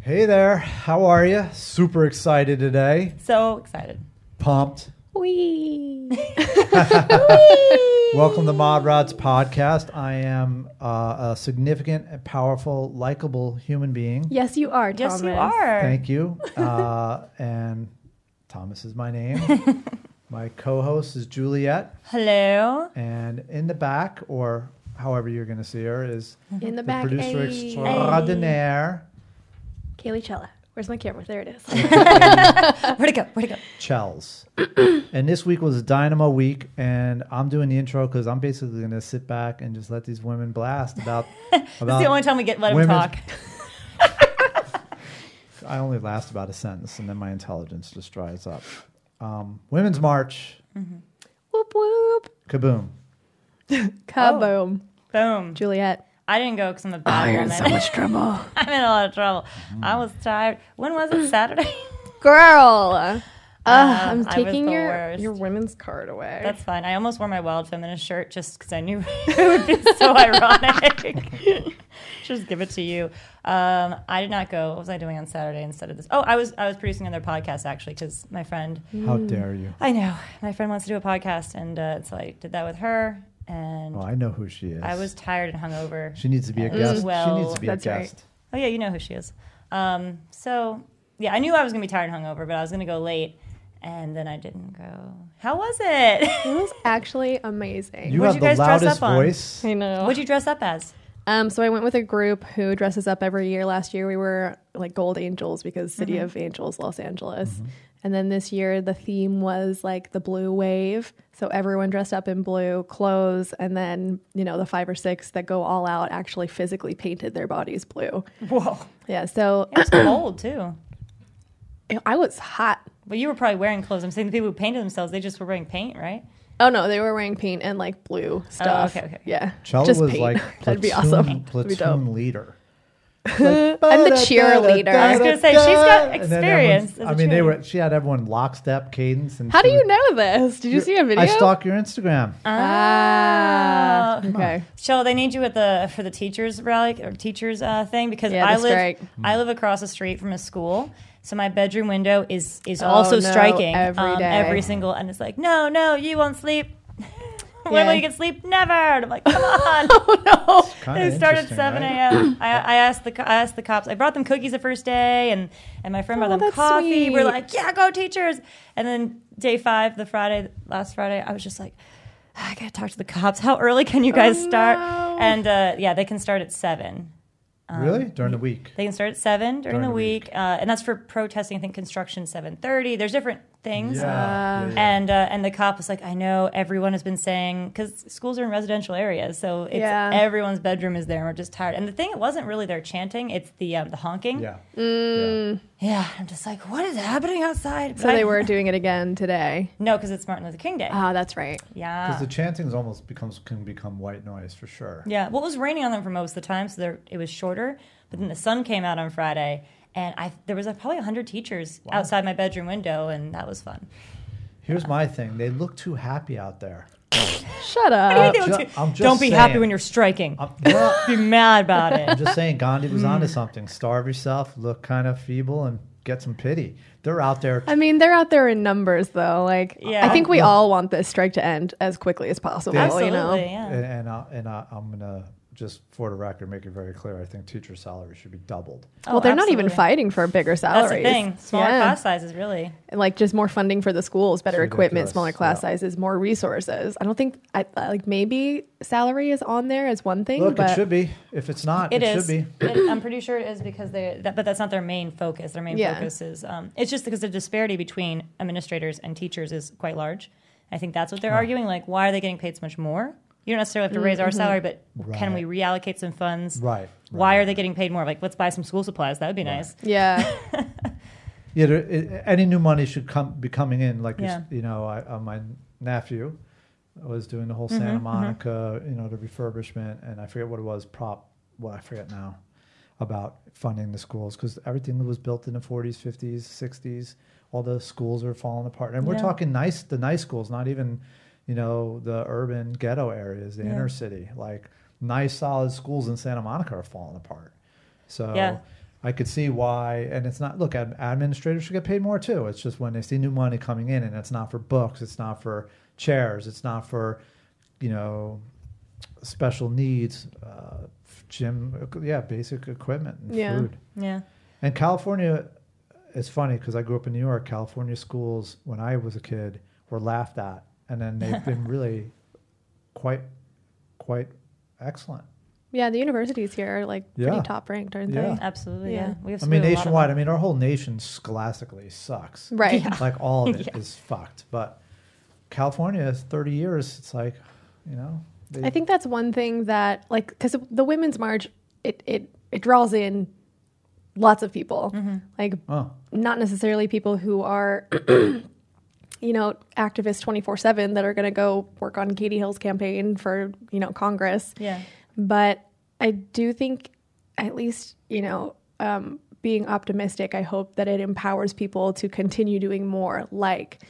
Hey there, how are you? Super excited today. So excited. Pumped. Wee. Welcome to Mod Rods Podcast. I am uh, a significant, and powerful, likable human being. yes, you are, Yes, Thomas. you are. Thank you. Uh, and Thomas is my name. my co host is Juliet. Hello. And in the back, or however you're going to see her, is In the the back. producer ayy. extraordinaire, Kaylee Chella. Where's my camera? There it is. Where'd it go? Where'd it go? Chels. and this week was a dynamo week, and I'm doing the intro because I'm basically going to sit back and just let these women blast about. It's about the only time we get let him women's- talk. I only last about a sentence, and then my intelligence just dries up. Um, Women's March, whoop whoop. kaboom. Kaboom. Boom. Juliet. I didn't go because I'm a bad woman. much trouble. I'm in a lot of trouble. I was Mm-hmm. tired. When was it? Saturday? Girl. Ugh, Um, I I'm was taking the your worst. your women's card away. That's fine. I almost wore my wild feminist shirt just because I knew it would be so ironic. just give it to you. Um, I did not go. What was I doing on Saturday instead of this? Oh, I was I was producing another podcast actually because my friend How dare you? I know my friend wants to do a podcast and uh, so I did that with her and Oh, I know who she is. I was tired and hungover. She needs to be a As guest. she needs well. to be That's a right. guest. Oh yeah, you know who she is. Um, so yeah, I knew I was gonna be tired and hungover, but I was gonna go late, and then I didn't go. How was it it? was actually amazing. You What'd have the you guys dress loudest up on? voice. I know. What'd you dress up as? Um, so I went with a group who dresses up every year. Last year we were like Gold Angels because City Mm-hmm. of Angels, Los Angeles. And then this year the theme was like the blue wave. So everyone dressed up in blue clothes. And then, you know, the five or six that go all out actually physically painted their bodies blue. Whoa, Yeah. So it was cold too. I was hot. But you were probably wearing clothes. I'm saying the people who painted themselves, they just were wearing paint, right? Oh no, they were wearing paint and like blue stuff. Oh, okay, okay. Yeah. Chella Just was paint. like That'd be platoon- awesome. That'd be dope. Platoon leader. I'm the cheerleader. I was gonna say, she's got And then experience everyone's- as a I mean, they cheerleader. were. She had everyone lockstep cadence. And How do she you was- know this? Did you see a video? I stalk your Instagram. Ah, okay. Shell, they need you at the for the teachers rally or teachers uh, thing because Yeah, I the live strike. I live across the street from a school, so my bedroom window is is Oh, also no, striking um, every day. every single, and it's like, no, no, you won't sleep. when Yeah. will you get sleep? Never. And I'm like, come on. Oh no. Kinda It started at interesting, 7 right? a.m. I, I asked the co- I asked the cops. I brought them cookies the first day, and and my friend Oh, brought them that's coffee. We're sweet. like, yeah, go teachers. And then day five, the Friday last Friday, I was just like, "Ah, I gotta talk to the cops. How early can you guys start? Oh, no. And uh, yeah, they can start at seven. Really? During the week. They can start at seven during, During the the week, Uh, and that's for protesting. I think construction seven thirty. There's different things. Yeah. And uh, and the cop was like, I know everyone has been saying because schools are in residential areas, so it's Yeah. everyone's bedroom is there, and we're just tired. And the thing, it wasn't really their chanting; it's the um, the honking. Yeah. Yeah, I'm just like, what is happening outside? So But I- they were doing it again today. no, because it's Martin Luther King Day. Ah, that's right. yeah, Because the chanting's almost becomes can become white noise for sure. yeah. Well, it was raining on them for most of the time, so there, it was shorter. But then the sun came out on Friday, and I there was like, probably hundred teachers outside my bedroom window, and that was fun. Uh, Here's my thing. They look too happy out there. Shut up. They look ju- too- I'm just Don't be happy saying. when you're striking. I'm, well, be mad about it. I'm just saying, Gandhi was onto something. Starve yourself, look kind of feeble, and get some pity. They're out there. I mean, they're out there in numbers, though. Like, Yeah. I think we all want this strike to end as quickly as possible. Yeah. Absolutely, You know, yeah. And, and, I, and I, I'm going to just, for the record, make it very clear. I think teacher salary should be doubled. well, they're not even Oh, absolutely. fighting for bigger That's salaries. the thing. Smaller Yeah. class sizes, really. and like just more funding for the schools, better It's equipment, ridiculous. smaller class Yeah. sizes, more resources. I don't think I like maybe salary is on there as one thing, Look, but it should be. If it's not, it, It is. should be. It- I'm pretty sure it is because they, that, but that's not their main focus. Their main Yeah. focus is, um, it's just because the disparity between administrators and teachers is quite large. I think that's what they're arguing. Like, why are they getting paid so much more? You don't necessarily have to Mm-hmm. raise our salary, but can we Right. reallocate some funds? Right, Why are they getting paid more? Like, let's buy some school supplies. That would be nice. yeah, Yeah, there, i any new money should come be coming in. Like it's- Yeah. you know, I, uh, my nephew was doing the Mm-hmm, whole Santa Monica, you know, the refurbishment, and I forget what it was. Prop, what I forget now about funding the schools because everything that was built in the 40s, 50s, 60s, all the schools are falling apart. And we're Yeah. talking nice, the nice schools, not even you know the urban ghetto areas, the inner city. Like nice, solid schools in Santa Monica are falling apart. So Yeah. I could see why, and it's not. Look, ad- administrators should get paid more too. It's just when they see new money coming in, and it's not for books, it's not for chairs, it's not for, you know, special needs, uh, gym, yeah, basic equipment and Yeah. food. Yeah. And California, it's funny because I grew up in New York. California schools, when I was a kid, were laughed at, and then they've been really quite, quite excellent. Yeah, the universities here are like Yeah. pretty top ranked, aren't Yeah. Absolutely. Yeah. Yeah. We have I mean, screwed a lot of nationwide. I them. mean, our whole nation scholastically sucks. they? Right. Like all of it is Yeah. fucked. But California, is thirty years, it's like, you know, they, I think that's one thing that like because the women's march it it it draws in lots of people like oh, not necessarily people who are you know activists 24/7 that are going to go work on Katie Hill's campaign for you know Congress Yeah. but I do think at least you know um, being optimistic I hope that it empowers people to continue doing more like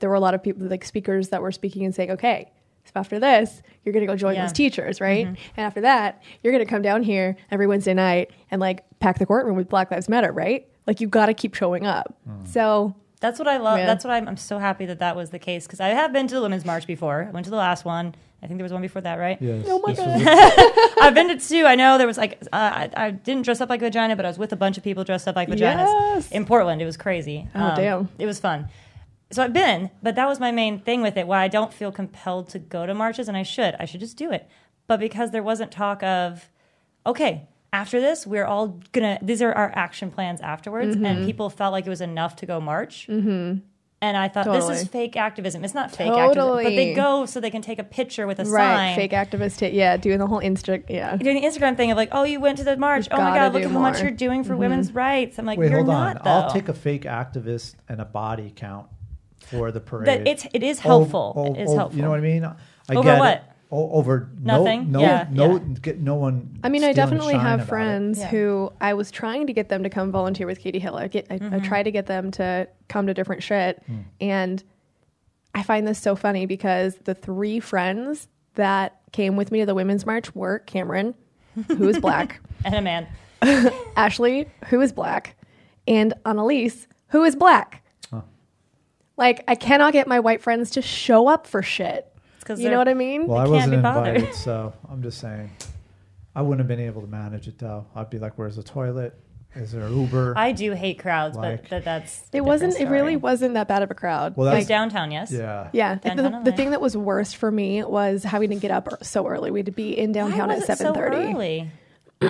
there were a lot of people like speakers that were speaking and saying okay so after this you're going to go join Yeah. Mm-hmm. those teachers right and after that you're going to come down here every Wednesday night and like pack the courtroom with Black Lives Matter right like you got to keep showing up so That's what I love. Yeah. That's what I'm, I'm so happy that that was the case because I have been to the Women's March before. I went to the last one. I think there was one before that, right? yes. Oh my this God. was- I've been to two. I know there was like, uh, I, I didn't dress up like a vagina, but I was with a bunch of people dressed up like vaginas Yes. in Portland. It was crazy. Um, Oh, damn. It was fun. So I've been, but that was my main thing with it. Why I don't feel compelled to go to marches, and I should. I should just do it. But because there wasn't talk of, okay, after this, we're all gonna. These are our action plans afterwards, Mm-hmm. and people felt like it was enough to go march. Mm-hmm. And I thought this Totally. is fake activism. It's not fake activism, but Totally. they go so they can take a picture with a right sign fake activist hit yeah doing the whole insta yeah doing the Instagram thing of like, oh, you went to the march. We've oh my gotta God, look do at how much more. Mm-hmm. you're doing for women's rights. I'm like, Wait, you're hold on. not. Though. I'll take a fake activist and a body count for the parade. that it's it is Ov- helpful. ov- it is ov- helpful. You know what I mean? I Over get it. what? O- over Nothing? No, no, Yeah, no, yeah. Get no one. I mean, stealing I a definitely shine have about friends Yeah. who I was trying to get them to come volunteer with Katie Hill. I get, I, I try to get them to come to different shit, Hmm. and I find this so funny because the three friends that came with me to the Women's March were Cameron, who is black, And a man. Ashley, who is black, and Annalise, who is black. Huh. Like, I cannot get my white friends to show up for shit. It's 'cause You they're- know what I mean? It. Well, I can't wasn't be bothered. invited, so I'm just saying. I wouldn't have been able to manage it though. I'd be like, "Where's the toilet? Is there Uber?" I do hate crowds, Like- but that that's a it different wasn't. It story. really wasn't that bad of a crowd. Well, like that's downtown. Yes. yeah. Yeah, like the, Downtown the LA. thing that was worst for me was having to get up ear- so early. We had to be in Why downtown was at it so seven thirty. early?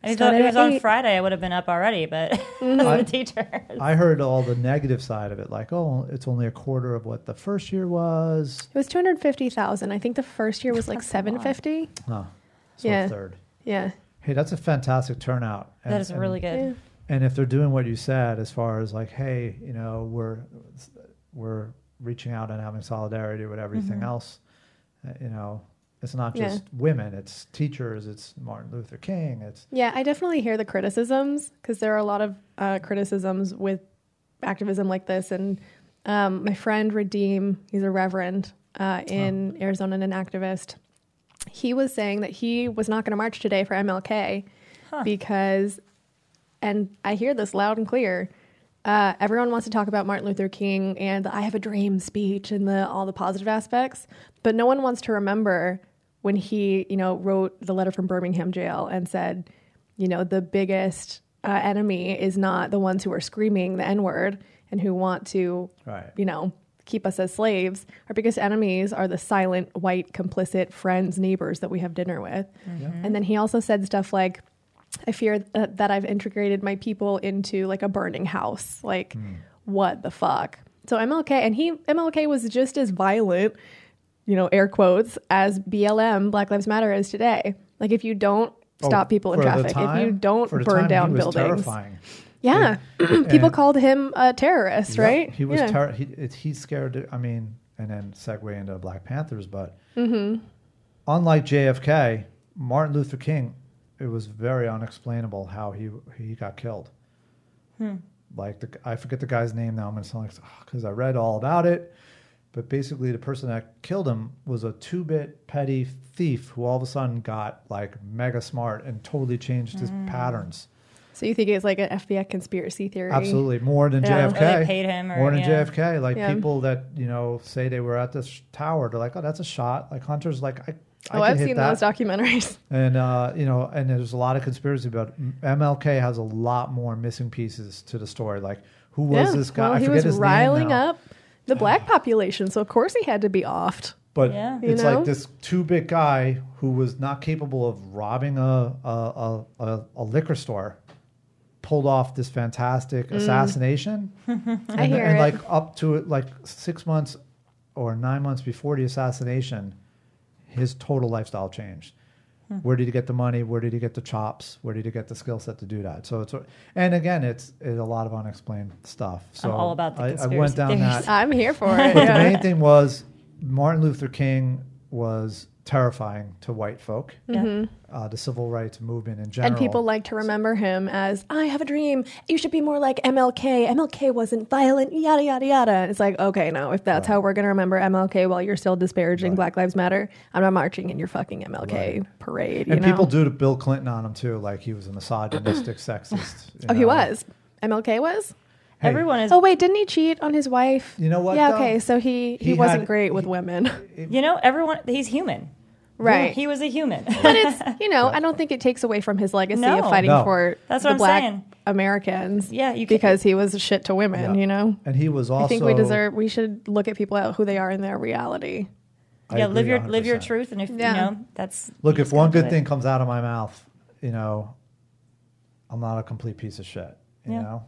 I thought Started it at was on eight. Mm-hmm. Friday. I would have been up already, but as the teacher. I heard all the negative side of it, like, "Oh, it's only a quarter of what the first year was." it was two hundred fifty thousand. I think the first year was like seven fifty. No, so a Yeah. third. Yeah, Hey, that's a fantastic turnout. And- That is and- really good. yeah, and if they're doing what you said as far as like hey you know we're we're reaching out and having solidarity with everything Mm-hmm. else uh, you know it's not Yeah. just women it's teachers it's martin luther king it's yeah. I definitely hear the criticisms because there are a lot of uh, criticisms with activism like this. And um, my friend Redeem, he's a reverend uh, in Oh. Arizona and an activist. He was saying that he was not going to march today for MLK because and I hear this loud and clear. Uh, everyone wants to talk about Martin Luther King and the "I Have a Dream" speech and the all the positive aspects, but no one wants to remember when he, you know, wrote the letter from Birmingham jail and said, you know, the biggest uh, enemy is not the ones who are screaming the N word and who want to, Right. you know, keep us as slaves. Our biggest enemies are the silent, white, complicit friends, neighbors that we have dinner with. Mm-hmm. And then he also said stuff like, I fear th- that I've integrated my people into like a burning house. Like, Hmm. what the fuck? So MLK, and he, MLK was just as violent, you know, air quotes, as BLM, Black Lives Matter, is today. Like, if you don't Oh, stop people in for the traffic, if you time- don't for the time, burn he down was buildings. terrifying. Yeah. people And- called him a terrorist, Yeah, right? he was yeah. terri he, it, he scared the- i mean and then segue into black panthers but Mm-hmm. unlike jfk martin luther king it was very unexplainable how he he got killed Hmm. like the, i forget the guy's name now i'm going to sound like because i read all about it but basically the person that killed him was a two-bit petty Mm. thief who all of a sudden got like mega smart and totally changed his patterns So you think it's like an FBI conspiracy theory? Absolutely, more than Yeah. Or JFK. they paid him, or- more than yeah. JFK. Like Yeah. people that you know say they were at this sh- tower, they're like, "Oh, that's a shot." Like Hunter's like, "I, I Oh, could I've hit seen that." those documentaries. and uh, you know, and there's a lot of conspiracy about MLK has a lot more missing pieces to the story. Like, who was this guy? Well, I he forget was his name riling now. up the black population, so of course he had to be offed. But Yeah. You it's know? like this two bit guy who was not capable of robbing a a, a, a, a liquor store pulled off this Mm. fantastic assassination. I and, hear and it. like up to it, like six months or nine months before the assassination, his total lifestyle changed. Hmm. Where did he get the money? Where did he get the chops? Where did he get the skill set to do that? So it's and again, it's, it's a lot of unexplained stuff. So all about the I, I conspiracy went down theories. that I'm here for it. but yeah. the main thing was Martin Luther King was terrifying to white folk, Yeah. Mm-hmm. uh, the civil rights movement in general. and people like to remember him as I have a dream. You should be more like MLK. MLK wasn't violent. Yada yada yada. And It's like okay, no. If that's how we're gonna remember MLK, while you're still disparaging Black Lives Matter, I'm not marching in your fucking MLK parade. You and know? people do to Bill Clinton on him too, like he was a misogynistic, sexist. you oh, he know. was. MLK was. Hey, Everyone is. Oh wait, didn't he cheat on his wife? You know what, Yeah. though? Okay. So he he, He wasn't had- great with women. You know, everyone. He's human. right. He was a human. but it's you know I don't think it takes away from his legacy of No. fighting No. for That's the what I'm black saying. Americans. Yeah, you can- because he was a shit to women. Yeah. You know, And he was also. I think we deserve we should look at people at who they are in their reality. I yeah, agree live your live your 100%. truth, and if Yeah. you know that's Look, you if just one gotta do good it. thing comes out of my mouth, you know, I'm not a complete piece of shit. You Yeah. know,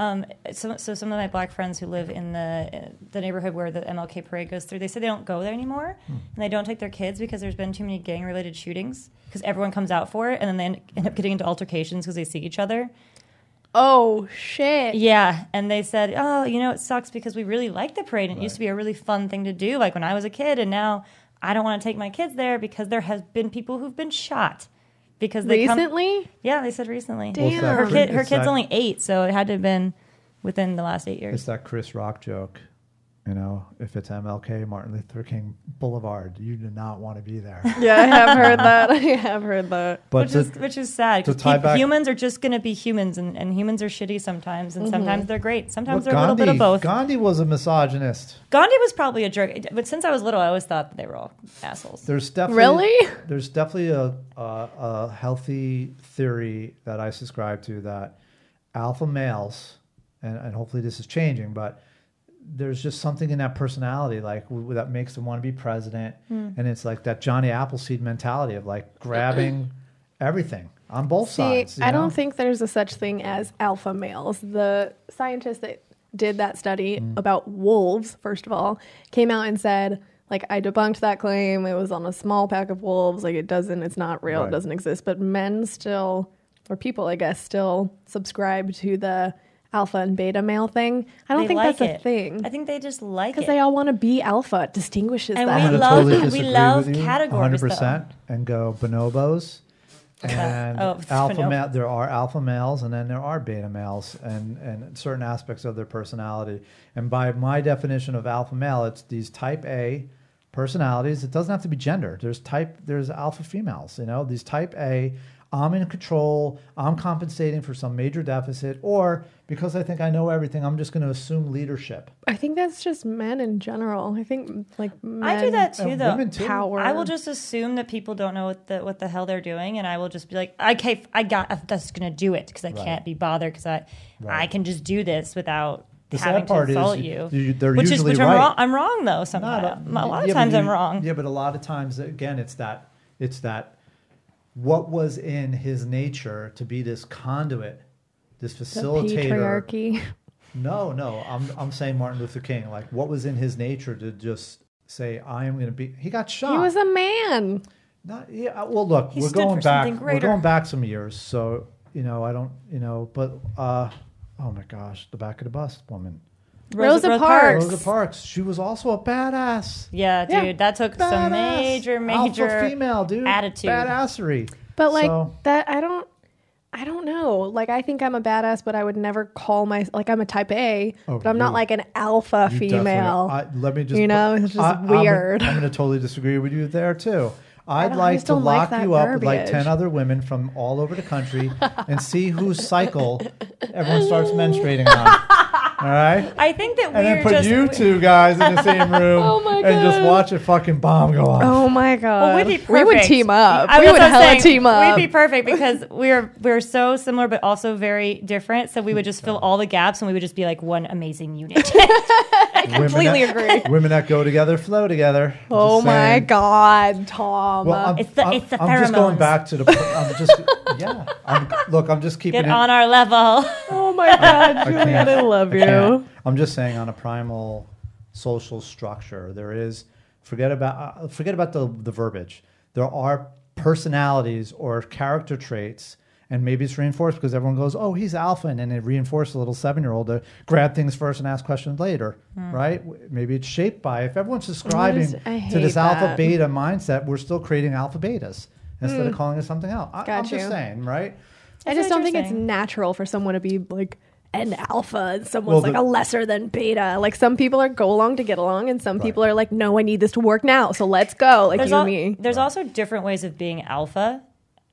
Um, so, so some of my black friends who live in the the neighborhood where the MLK parade goes through, they say they don't go there anymore, Hmm. and they don't take their kids because there's been too many gang related shootings. Because everyone comes out for it, and then they end- end up getting into altercations because they see each other. Oh shit! Yeah, and they said, "Oh, you know, it sucks because we really like the parade. and It used to be a really fun thing to do, like when I was a kid, and now I don't want to take my kids there because there has been people who've been shot because they come- Recently, yeah, they said recently. Damn. it's Her Um, kid, her it's kid's that- only eight, so it had to have been within the last eight It's years. that Chris Rock joke. You know, if it's MLK, Martin Luther King Boulevard, you do not want to be there. yeah, I have heard that. I have heard that. But Which to- is which is sad. to 'cause tie peop- back- humans are just going to be humans, and, and humans are shitty sometimes, Mm-hmm. and sometimes they're great. Sometimes Well, they're a little bit of both. Gandhi was a misogynist. Gandhi was probably a jerk, but since I was little, I always thought that they were all assholes. There's definitely Really? There's definitely a, a a healthy theory that I subscribe to that alpha males, and, and hopefully this is changing, but there's just something in that personality like w- that makes them want to be president, Hmm. and it's like that Johnny Appleseed mentality of like grabbing everything on both See, sides. you I know? don't think there's a such thing as alpha males. The scientist that did that study Mm. about wolves, first of all, came out and said, like, I debunked that claim. It was on a small pack of wolves. Like, it doesn't, it's not real. It Right. doesn't exist. But men still, or people, I guess, still subscribe to the alpha and beta male thing. I don't They think like that's it. a thing. I think they just like it. Because they all want to be alpha. It distinguishes And I'm them. we gonna love- we disagree love with you categories, 100% and go bonobos and Oh, alpha bonobo. male. There are alpha males and then there are beta males and and certain aspects of their personality. And by my definition of alpha male, it's these type A personalities. It doesn't have to be gender. There's type. There's alpha females. You know, these type A. I'm in control. I'm compensating for some major deficit, or because I think I know everything, I'm just going to assume leadership. I think that's just men in general. I think, like, men. I do that too, and though. women, too. Power. I will just assume that people don't know what the what the hell they're doing, and I will just be like, okay, I got. I'm just gonna do it because I can't be bothered because I I can just do this without The sad having part to is insult you- you. you- they're which usually is which I'm right. wrong. I'm wrong though. Not Sometimes a- a lot of yeah, but times I'm you- wrong. Yeah, but a lot of times, again, it's that it's that what was in his nature to be this conduit, this the facilitator. patriarchy. No, no, I'm I'm saying Martin Luther King. Like, what was in his nature to just say, "I am going to be"? He got shot. He was a man. Not, yeah. uh, Well, look, He we're stood going for back. something We're greater. going back some years, so you know, I don't, you know, but uh, oh my gosh, the back of the bus woman, Rosa Parks. Rosa Parks. She was also a badass. Yeah, dude, Yeah. that took Badass. some major, major. alpha female dude attitude. badassery. But like So, that, I don't, I don't know. Like I think I'm a badass, but I would never call my like I'm a type A, Oh, but I'm not you- like an alpha you definitely- female. I, let me just You know, it's just weird. I'm, going to totally disagree with you there too. I'd don't- I like just to don't like lock that you up with like verbiage. 10 other women from all over the country and see whose cycle everyone starts menstruating on. All right? I think that And we're then put just. you two guys in the same room Oh my and just God. watch a fucking bomb go off. Oh my god. Well, we'd be perfect. we would team up. I- we that's would what I'm hella saying. team up. We'd be perfect because we're we're so similar, but also very different. So we would just fill all the gaps, and we would just be like one amazing unit. completely women that, agree. Women that go together flow together. I'm oh just my saying. god, Tom. Well, I'm, It's the- I'm- it's the I'm just going pheromones. back to the. I'm just yeah. I'm, look, I'm just keeping Get it. on our level. oh my god, I can't. Juliet, I love you. can't. I'm just saying, on a primal social structure, there is forget about uh, forget about the the verbiage. There are personalities or character traits, and maybe it's reinforced because everyone goes, "Oh, he's alpha," and then it reinforces a little seven year old to grab things first and ask questions later, Hmm. right? W- Maybe it's shaped by if everyone's subscribing I to this hate alpha that. Hmm. beta mindset, we're still creating alpha betas instead of calling it something else. I, Got am just you. saying, right? I That's just don't think it's interesting. natural for someone to be like an alpha and Well, someone's like the- a lesser than beta. Like some people are go along to get along and some people are like, no, I need this to work now, so let's go. Like There's, you al- and me. there's also different ways of being alpha.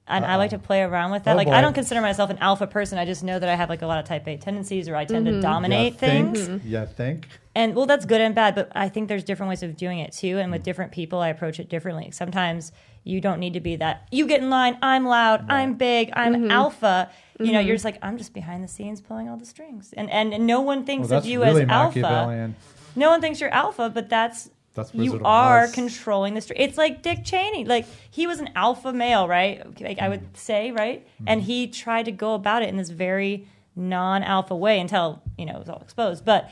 And I like to play around with that. Oh, like, boy. I don't consider myself an alpha person. I just know that I have like a lot of type A tendencies or I tend Mm-hmm. to dominate yeah, things. Think, Yeah, think. And well, that's good and bad, but I think there's different ways of doing it too. And with Mm-hmm. different people, I approach it differently. Sometimes you don't need to be that. You get in line. I'm loud. I'm big. I'm Mm-hmm. alpha. You know, you're just like I'm just behind the scenes pulling all the strings, and and, and no one thinks Well, that's of you really as alpha. Machiavellian. No one thinks you're alpha, but that's That's you Wizard of are Oz. controlling the street. It's like Dick Cheney. Like he was an alpha male, right? Like I Mm-hmm. would say, right? And he tried to go about it in this very non-alpha way until you know it was all exposed. But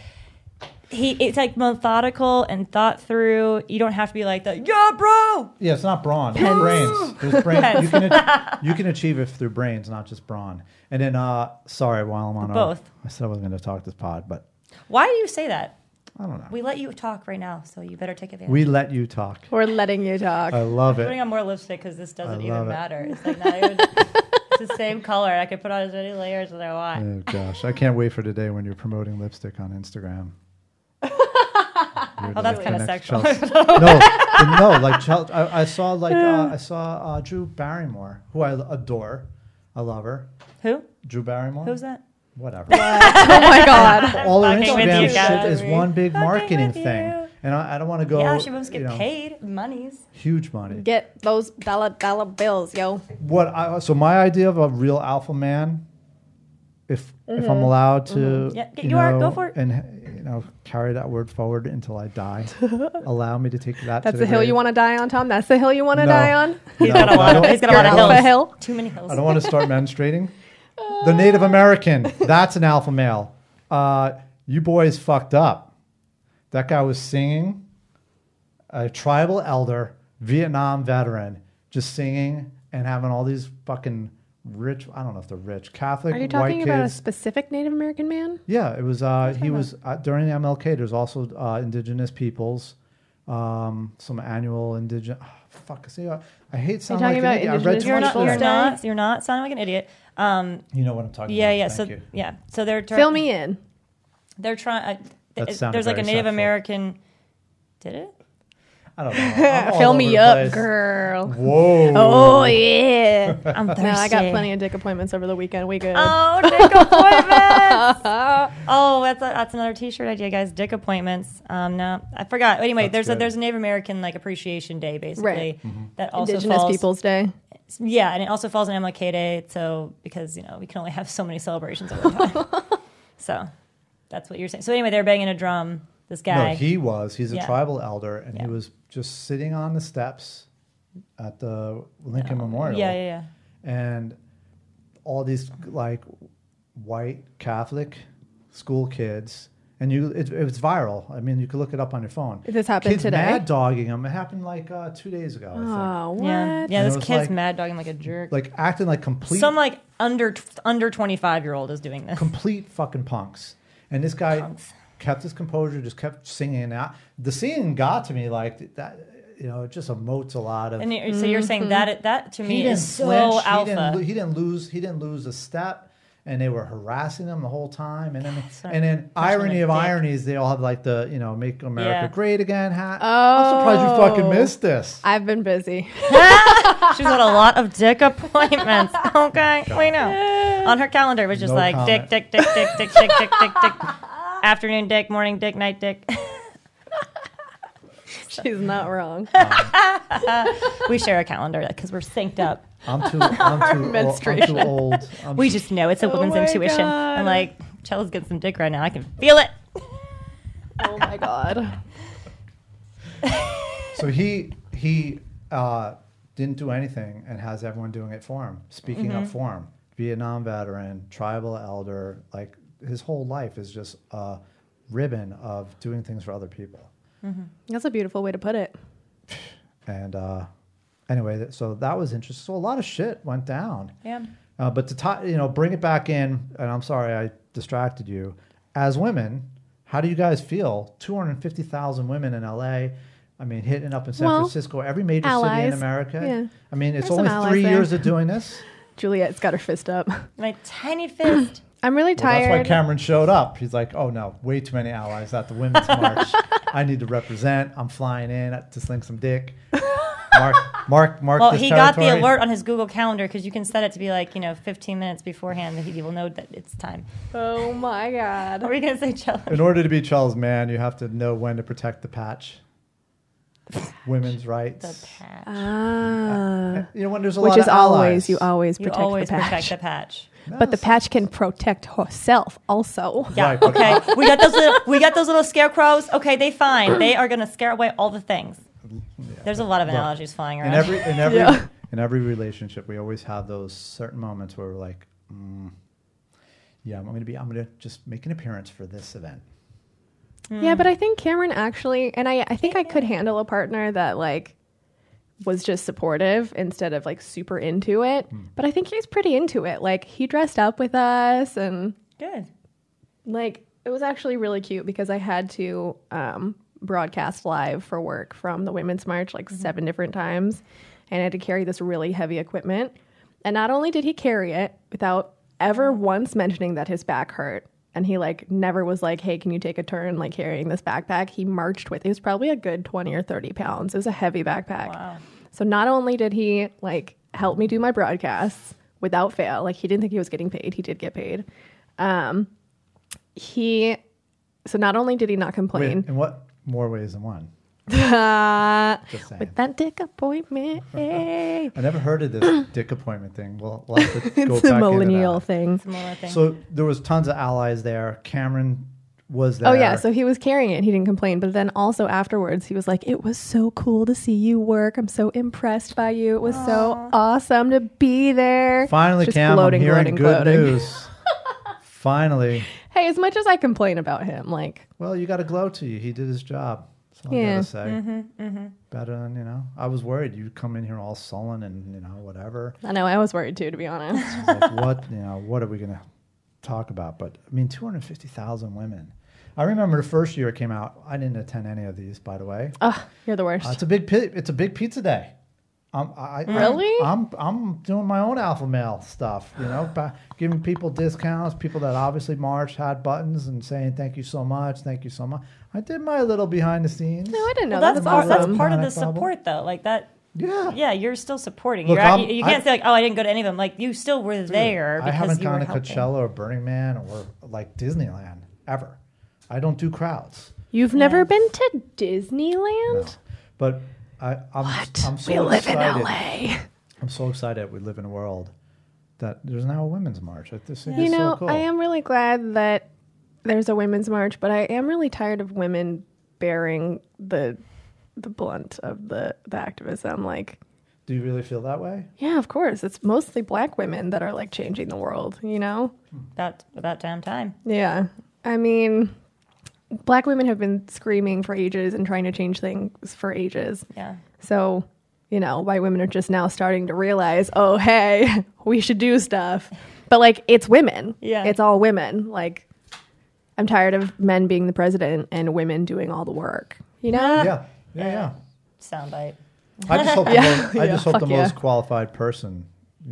he, it's like methodical and thought through. You don't have to be like the yeah, bro. Yeah, it's not brawn. It's brains. There's brains. You can, ach- you can achieve it through brains, not just brawn. And then, uh, sorry, while I'm on a- Both. I said I wasn't going to talk this pod, but Why do you say that? I don't know. We, We let you talk right now, so you better take advantage. let you talk. We're letting you talk. I love putting it. on more lipstick because this doesn't I even love it. matter. It's like not even. it's the same color. I could put on as many layers as I want. Oh gosh, I can't wait for the day when you're promoting lipstick on Instagram. oh, that's kinda sexual. no, no, like Chel- I, I saw like uh, I saw uh, Drew Barrymore, who I adore. I love her. Who? Drew Barrymore. Who's that? Whatever. oh my god. all her fucking with Instagram you, shit Gabby. is one big Fucking marketing with thing. you. And I, I don't want to go. yeah, she must get you know, paid monies. Huge money. Get those dollar dollar bills, yo. What? I, so my idea of a real alpha man, if if Mm-hmm. I'm allowed to, Mm-hmm. Yeah, you are. Go know, for it. And you know, carry that word forward until I die. Allow me to take that. That's to the hill you want to die on, Tom. That's the hill you want to No. die on. He's got a lot of- he's got a Your lot of alpha hills. hill. Too many hills. I don't want to start menstruating. The Native American, that's an alpha male. Uh, you boys fucked up. That guy was singing, a tribal elder, Vietnam veteran, just singing and having all these fucking rich, I don't know if they're rich, Catholic, Are you white talking kids. about a specific Native American man? Yeah, it was. Uh, he was uh, during MLK. There's also uh, Indigenous peoples, um, some annual indigenous. fuck, see, I, I hate sounding like talking about an idiot. I read Indigenous too You're much not. Watch You're today. Wednesday. not. You're not sounding like an idiot. Um. You know what I'm talking Yeah. about. Yeah. Oh, Thank so. you. Yeah. So they're trying. Fill me in. They're trying. That Uh, sounded there's like a very Native sexual. American. Did it? I don't know. I'm all Fill over me the up, place. girl. Whoa. Oh yeah. I'm thirsty. no, I got plenty of dick appointments over the weekend. We good. Oh, dick appointments! oh, that's a, that's another T-shirt idea, guys. Dick appointments. Um, no, I forgot. Anyway, That's there's good. a there's a Native American like Appreciation Day, basically. Right. Mm-hmm. That also Indigenous falls. Peoples Day. Yeah, and it also falls on MLK Day, so because you know we can only have so many celebrations at one time. so that's what you're saying. So anyway, they're banging a drum. This guy. No, he was. He's a Yeah. tribal elder, and he Yeah. was just sitting on the steps at the Lincoln Memorial. yeah, yeah, yeah. And all these like white Catholic school kids, and you it, it was viral. I mean, you could look it up on your phone. This happened kids today? Mad dogging him. It happened like uh, two days ago. I think. Oh, what? Yeah, And yeah. it This was kid's like- mad dogging like a jerk. Like acting like complete Some like under tw- under twenty five year old is doing this. complete fucking punks. And this guy kept his composure, just kept singing. And I- The singing got to me like that. You know, it just emotes a lot of. And you- so you're saying that that to he me didn't is so flinch, He alpha. didn't, lo- he didn't lose. He didn't lose a step. and they were harassing them the whole time. And then, what and then I'm- irony of dick. ironies, they all have like the you know "Make America Yeah. Great Again" hat. I'm Oh. surprised you fucking missed this. I've been busy. She's had a lot of dick appointments. Okay, we know. On her calendar was just No like comment. dick, dick, dick, dick, dick, dick, dick, dick, dick. Afternoon dick, morning dick, night dick. She's not wrong. We share a calendar because we're synced up. I'm too, I'm too, old, I'm menstruation. too old. I'm We just know it's a Oh woman's my intuition. God. I'm like, Chella's getting some dick right now. I can feel it. oh my god. So he he uh, didn't do anything and has everyone doing it for him, speaking up for him. Vietnam veteran, tribal elder, like his whole life is just a ribbon of doing things for other people. That's a beautiful way to put it. And uh, anyway, th- so that was interesting. So a lot of shit went down. Yeah. Uh, but to tie, you know, bring it back in, and I'm sorry I distracted you. As women, how do you guys feel? 250,000 women in LA. I mean, hitting up in San Well, Francisco, every major city in allies, America. yeah. I mean, it's There's some only allies three there. years of doing this. Juliet's got her fist up. My tiny fist. I'm really Well, that's why tired. Cameron showed up. He's like, oh no, way too many allies at the Women's March. I need to represent. I'm flying in to sling some dick. Mark, mark, mark. Well, this he got the territory. alert on his Google calendar because you can set it to be like, you know, 15 minutes beforehand that he will know that it's time. oh my What god. were you going to say, Chella? In order to be Charles Mann, you have to know when to protect the patch. Women's rights. The patch. Ah. You know when there's a Which lot is of always allies. you always You protect always the patch. protect the patch. But the patch can protect herself also. Yeah. Right, but- okay. we got those. Little, we got those little scarecrows. Okay, they fine. They are gonna scare away all the things. There's a lot of analogies flying in around. every in every Yeah. in every relationship, we always have those certain moments where we're like, mm, "Yeah, I'm going to be. I'm going to just make an appearance for this event." Yeah, but I think Cameron actually, and I, I think I could handle a partner that like was just supportive instead of like super into it. Hmm. But I think he's pretty into it. Like he dressed up with us and Good. like it was actually really cute because I had to um, broadcast live for work from the Women's March like seven different times, and I had to carry this really heavy equipment. And not only did he carry it without ever once mentioning that his back hurt, and he like never was like, "Hey, can you take a turn?" Like carrying this backpack, he marched with. It was probably a good twenty or thirty pounds. It was a heavy backpack. Wow. So not only did he like help me do my broadcasts without fail, like he didn't think he was getting paid. He did get paid. Um, he so not only did he not Wait, complain, in what more ways than one? Just saying. with that dick appointment, hey. I never heard of this dick appointment thing. We'll, we'll have to go it's back a millennial into thing. Some more that. thing. So there was tons of allies there. Cameron was there. Oh yeah, so he was carrying it. He didn't complain, but then also afterwards, he was like, "It was so cool to see you work. I'm so impressed by you. It was so awesome to be there." finally, Just Cam, gloating, I'm hearing gloating, good gloating. news. finally, Hey, as much as I complain about him, like Well, you got to glow to you. He did his job. That's all I Yeah. Mm-hmm, gotta say. Better than you know. I was worried you'd come in here all sullen and you know whatever. I know I was worried too, to be honest. It's like, what you know? What are we gonna talk about? But I mean, two hundred fifty thousand women. I remember the first year it came out. I didn't attend any of these, by the way. Ugh, you're the worst. Uh, it's a big pi- it's a big pizza day. I'm, I, I- Really? I'm I'm doing my own alpha male stuff, you know, by giving people discounts. People that obviously marched had buttons and saying thank you so much, thank you so much. I did my little behind the scenes. no, I didn't know. well, that's that's part, awesome. that's part of the Not a problem. support, though. Like that. Yeah, Yeah, you're still supporting. Look, you're act- I'm- you can't I- say like, "Oh, I didn't go to any of them." Like you still were there I because haven't you were gone to helping. Coachella or Burning Man or like Disneyland ever. I don't do crowds. You've never been to Disneyland? But I, I'm I'm so we live excited. in LA. I'm so excited. We live in a world that there's now a women's march. I just think You it's know, so cool. I am really glad that there's a women's march, but I am really tired of women bearing the the blunt of the, the activism. Like, do you really feel that way? yeah, of course. It's mostly black women that are like changing the world, you know? About about damn time. Yeah. I mean, black women have been screaming for ages and trying to change things for ages. Yeah. So, you know, white women are just now starting to realize, oh, hey, we should do stuff. But like, it's women. Yeah. It's all women. Like, I'm tired of men being the president and women doing all the work. You know? Yeah, yeah, yeah. Soundbite. I just hope the, most, I yeah, just hope the fuck yeah. most qualified person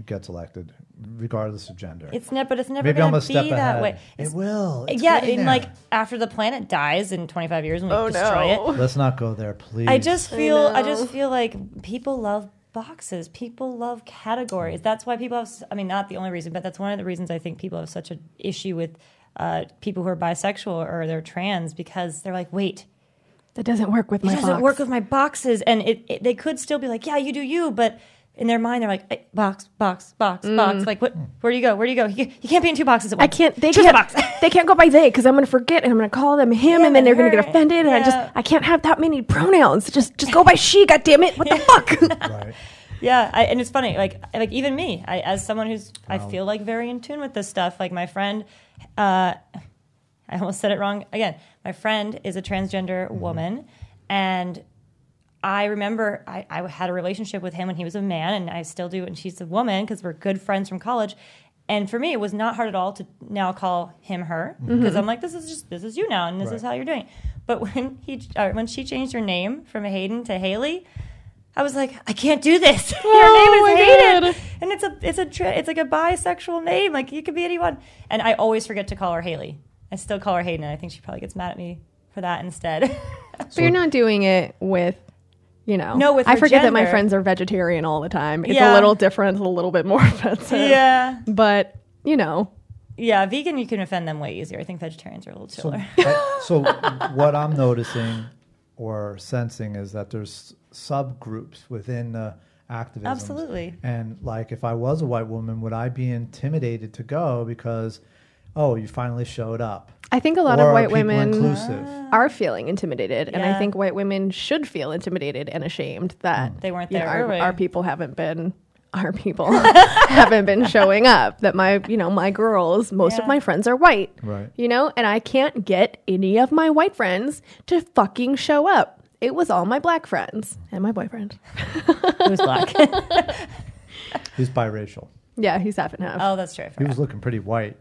gets elected. regardless of gender. It's ne- but it's never Maybe going I'm to a be step that ahead. way. It's- It will. It's yeah, getting and there. like after the planet dies in 25 years and we Oh destroy it, no. let's not go there, please. I just feel I, know. just feel like people love boxes. People love categories. That's why people have s- I mean not the only reason, but that's one of the reasons I think people have such an issue with uh, people who are bisexual or they're trans because they're like, wait, That doesn't work with it my doesn't box. work with my boxes, and it, it they could still be like, yeah, you do you, but in their mind they're like, eh, box, box, box, box. Like what? Where do you go? Where do you go? You, you can't be in two boxes at Mm. I once. can't. They Choose a can't. box. they can't go by they because I'm going to forget and I'm going to call them him, and then and they're going to her. get offended. And I Yeah. just I can't have that many pronouns. Just just go by she. God damn it! What the fuck? right. Yeah, I, and it's funny. Like like even me, I, as someone who's I feel like very in tune with this stuff. Like my friend, uh, I almost said it wrong again. My friend is a transgender woman, and I remember I, I had a relationship with him when he was a man, and I still do, and she's a woman because we're good friends from college. And for me, it was not hard at all to now call him her because Mm-hmm. I'm like, this is just this is you now, and this is Right. how you're doing. But when he uh, when she changed her name from Hayden to Haley, I was like, I can't do this. Your Oh my name is Hayden, God. and it's a it's a tra- it's like a bisexual name. Like you could be anyone. And I always forget to call her Haley. I still call her Hayden, and I think she probably gets mad at me for that instead. So you're not doing it with. You know, No, with I her forget that my gender. friends are vegetarian all the time. It's Yeah. a little different, it's a little bit more offensive. yeah, but you know, yeah. Vegan, you can offend them way easier. I think vegetarians are a little So, chiller. I- so what I'm noticing or sensing is that there's subgroups within the activism. Absolutely. And like, if I was a white woman, would I be intimidated to go because, oh, you finally showed up? I think a lot Or of are white people women inclusive. are feeling intimidated, and I Yeah. think white women should feel intimidated and ashamed that They weren't you know, there our, early. our people haven't been. Our people haven't been showing up. That my, you know, my girls, most Yeah. of my friends are white. Right. You know, and I can't get any of my white friends to fucking show up. It was all my black friends and my boyfriend. Who's black? He's biracial. Yeah, he's half and half. oh, that's true. I He forgot. was looking pretty white.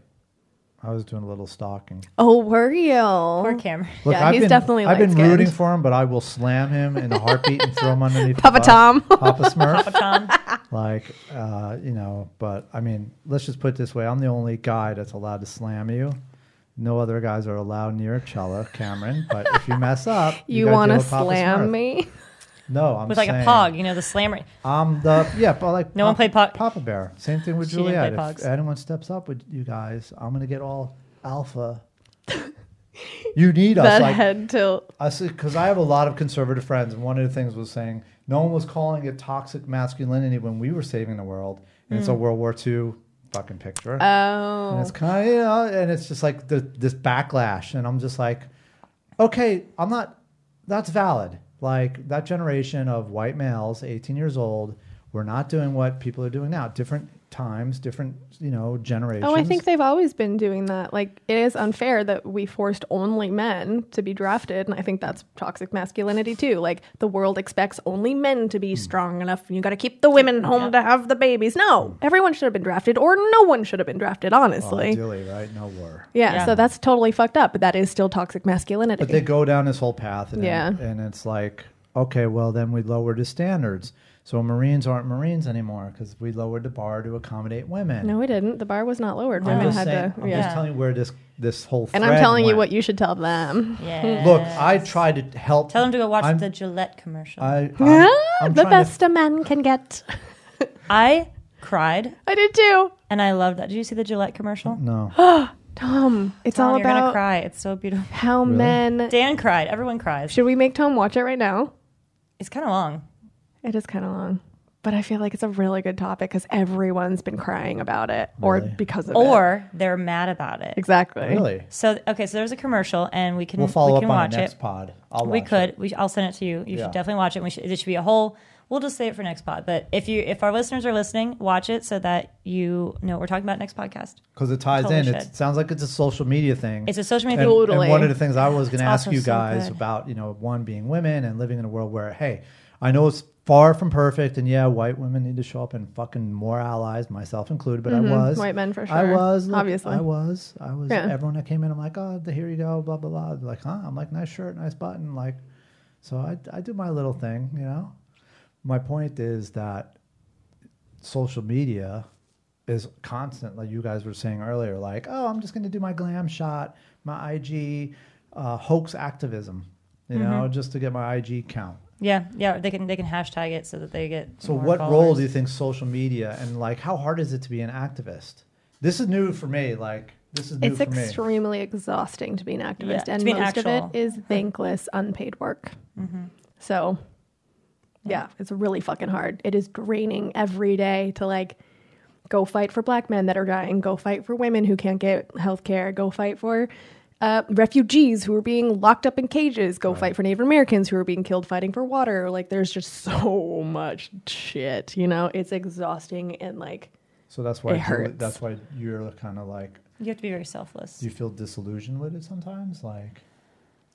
I was doing a little stalking. oh, were you? Poor Cameron. Look, Yeah, I've he's been, definitely I've been light-skinned. rooting for him, but I will slam him in a heartbeat and throw him underneath the Papa bus. Tom. Papa Smurf. Tom. like uh, you know but i mean let's just put it this way i'm the only guy that's allowed to slam you no other guys are allowed near Chella Cameron, but if you mess up, You gotta want deal to with Papa slam Smurf. me? No, I'm With like saying, a pog, you know, the slammer. I'm the yeah, but like No one played pog. Papa Bear. Same thing with She didn't play Juliet. pogs. If anyone steps up with you guys, I'm gonna get all alpha. you need us. That like, head tilt. because I have a lot of conservative friends, and one of the things was saying no one was calling it toxic masculinity when we were saving the world, and Mm. it's a World War II fucking picture. Oh. and it's kind of you know, and it's just like the, this backlash, and I'm just like, okay, I'm not. That's valid. Like that generation of white males, 18 years old, were not doing what people are doing now. Different times, different you know generations. Oh, I think they've always been doing that. Like, it is unfair that we forced only men to be drafted. And I think that's toxic masculinity, too. Like, the world expects only men to Hmm. be strong enough. And you got to keep the women home to have the babies. No, everyone should have been drafted, or no one should have been drafted, Hmm. Well, honestly. ideally, right? No war. yeah, Yeah. so that's totally fucked up, but that is still toxic masculinity. But they go down this whole path, and, Yeah. and it's like, okay, well then we lowered the standards, so Marines aren't Marines anymore because we lowered the bar to accommodate women. no, we didn't. The bar was not lowered. I'm Women just had saying, to. I'm Yeah. just telling you where this this whole And I'm thread telling you went. what you should tell them. Yeah. Look, I tried to help. Tell them to go watch I'm- the Gillette commercial. I, I, I'm, I'm trying the to- Hmm. best a man can get. cried I did too. and I loved that. Did you see the Gillette commercial? no, Tom, it's all Tom, you're gonna about cry. It's so beautiful. how men Dan cried. Everyone cries. Should we make Tom watch it right now? It's kind of long. It is kind of long, but I feel like it's a really good topic because everyone's been crying about it or Really? because of it. Or they're mad about it. exactly. really. So okay, so there's a commercial, and we can We'll follow we up can on watch the next it. pod. I'll we watch could. It. We sh- I'll send it to you. You Yeah. should definitely watch it. We should, it should be a whole. We'll just save it for next pod. But if you if our listeners are listening, watch it so that you know what we're talking about next podcast. Because it ties Totally in. should. It sounds like it's a social media thing. It's a social and, media. thing. Totally. and one of the things I was going to ask also you so guys good. about, you know, one being women and living in a world where, hey, I know it's far from perfect, and yeah, white women need to show up and fucking more allies, myself included. But I was Mm-hmm. White men for I sure. was look, Obviously. I was. I was. Yeah. Everyone that came in, I'm like, oh, here you go, blah blah blah. They're like, huh? I'm like, nice shirt, nice button, like. So I I do my little thing, you know. My point is that social media is constant. Like you guys were saying earlier, like, oh, I'm just going to do my glam shot, my IG uh, hoax activism, you know, just to get my IG count. Yeah, yeah. They can they can hashtag it so that they get. So, more what role followers. do you think social media and like how hard is it to be an activist? This is new for me. Like, this is new It's for me. extremely exhausting to be an activist, Yeah, and to be an most of actual- Mm-hmm. it is thankless, unpaid work. So, yeah. it's really fucking hard. It is draining every day to like go fight for black men that are dying, go fight for women who can't get health care, go fight for uh, refugees who are being locked up in cages, go fight for Native Americans who are being killed fighting for water. Like, there's just so much shit, you know? It's exhausting and like, So that's why It you- hurts. that's why you're kind of like You have to be very selfless. do you feel disillusioned with it sometimes? Like,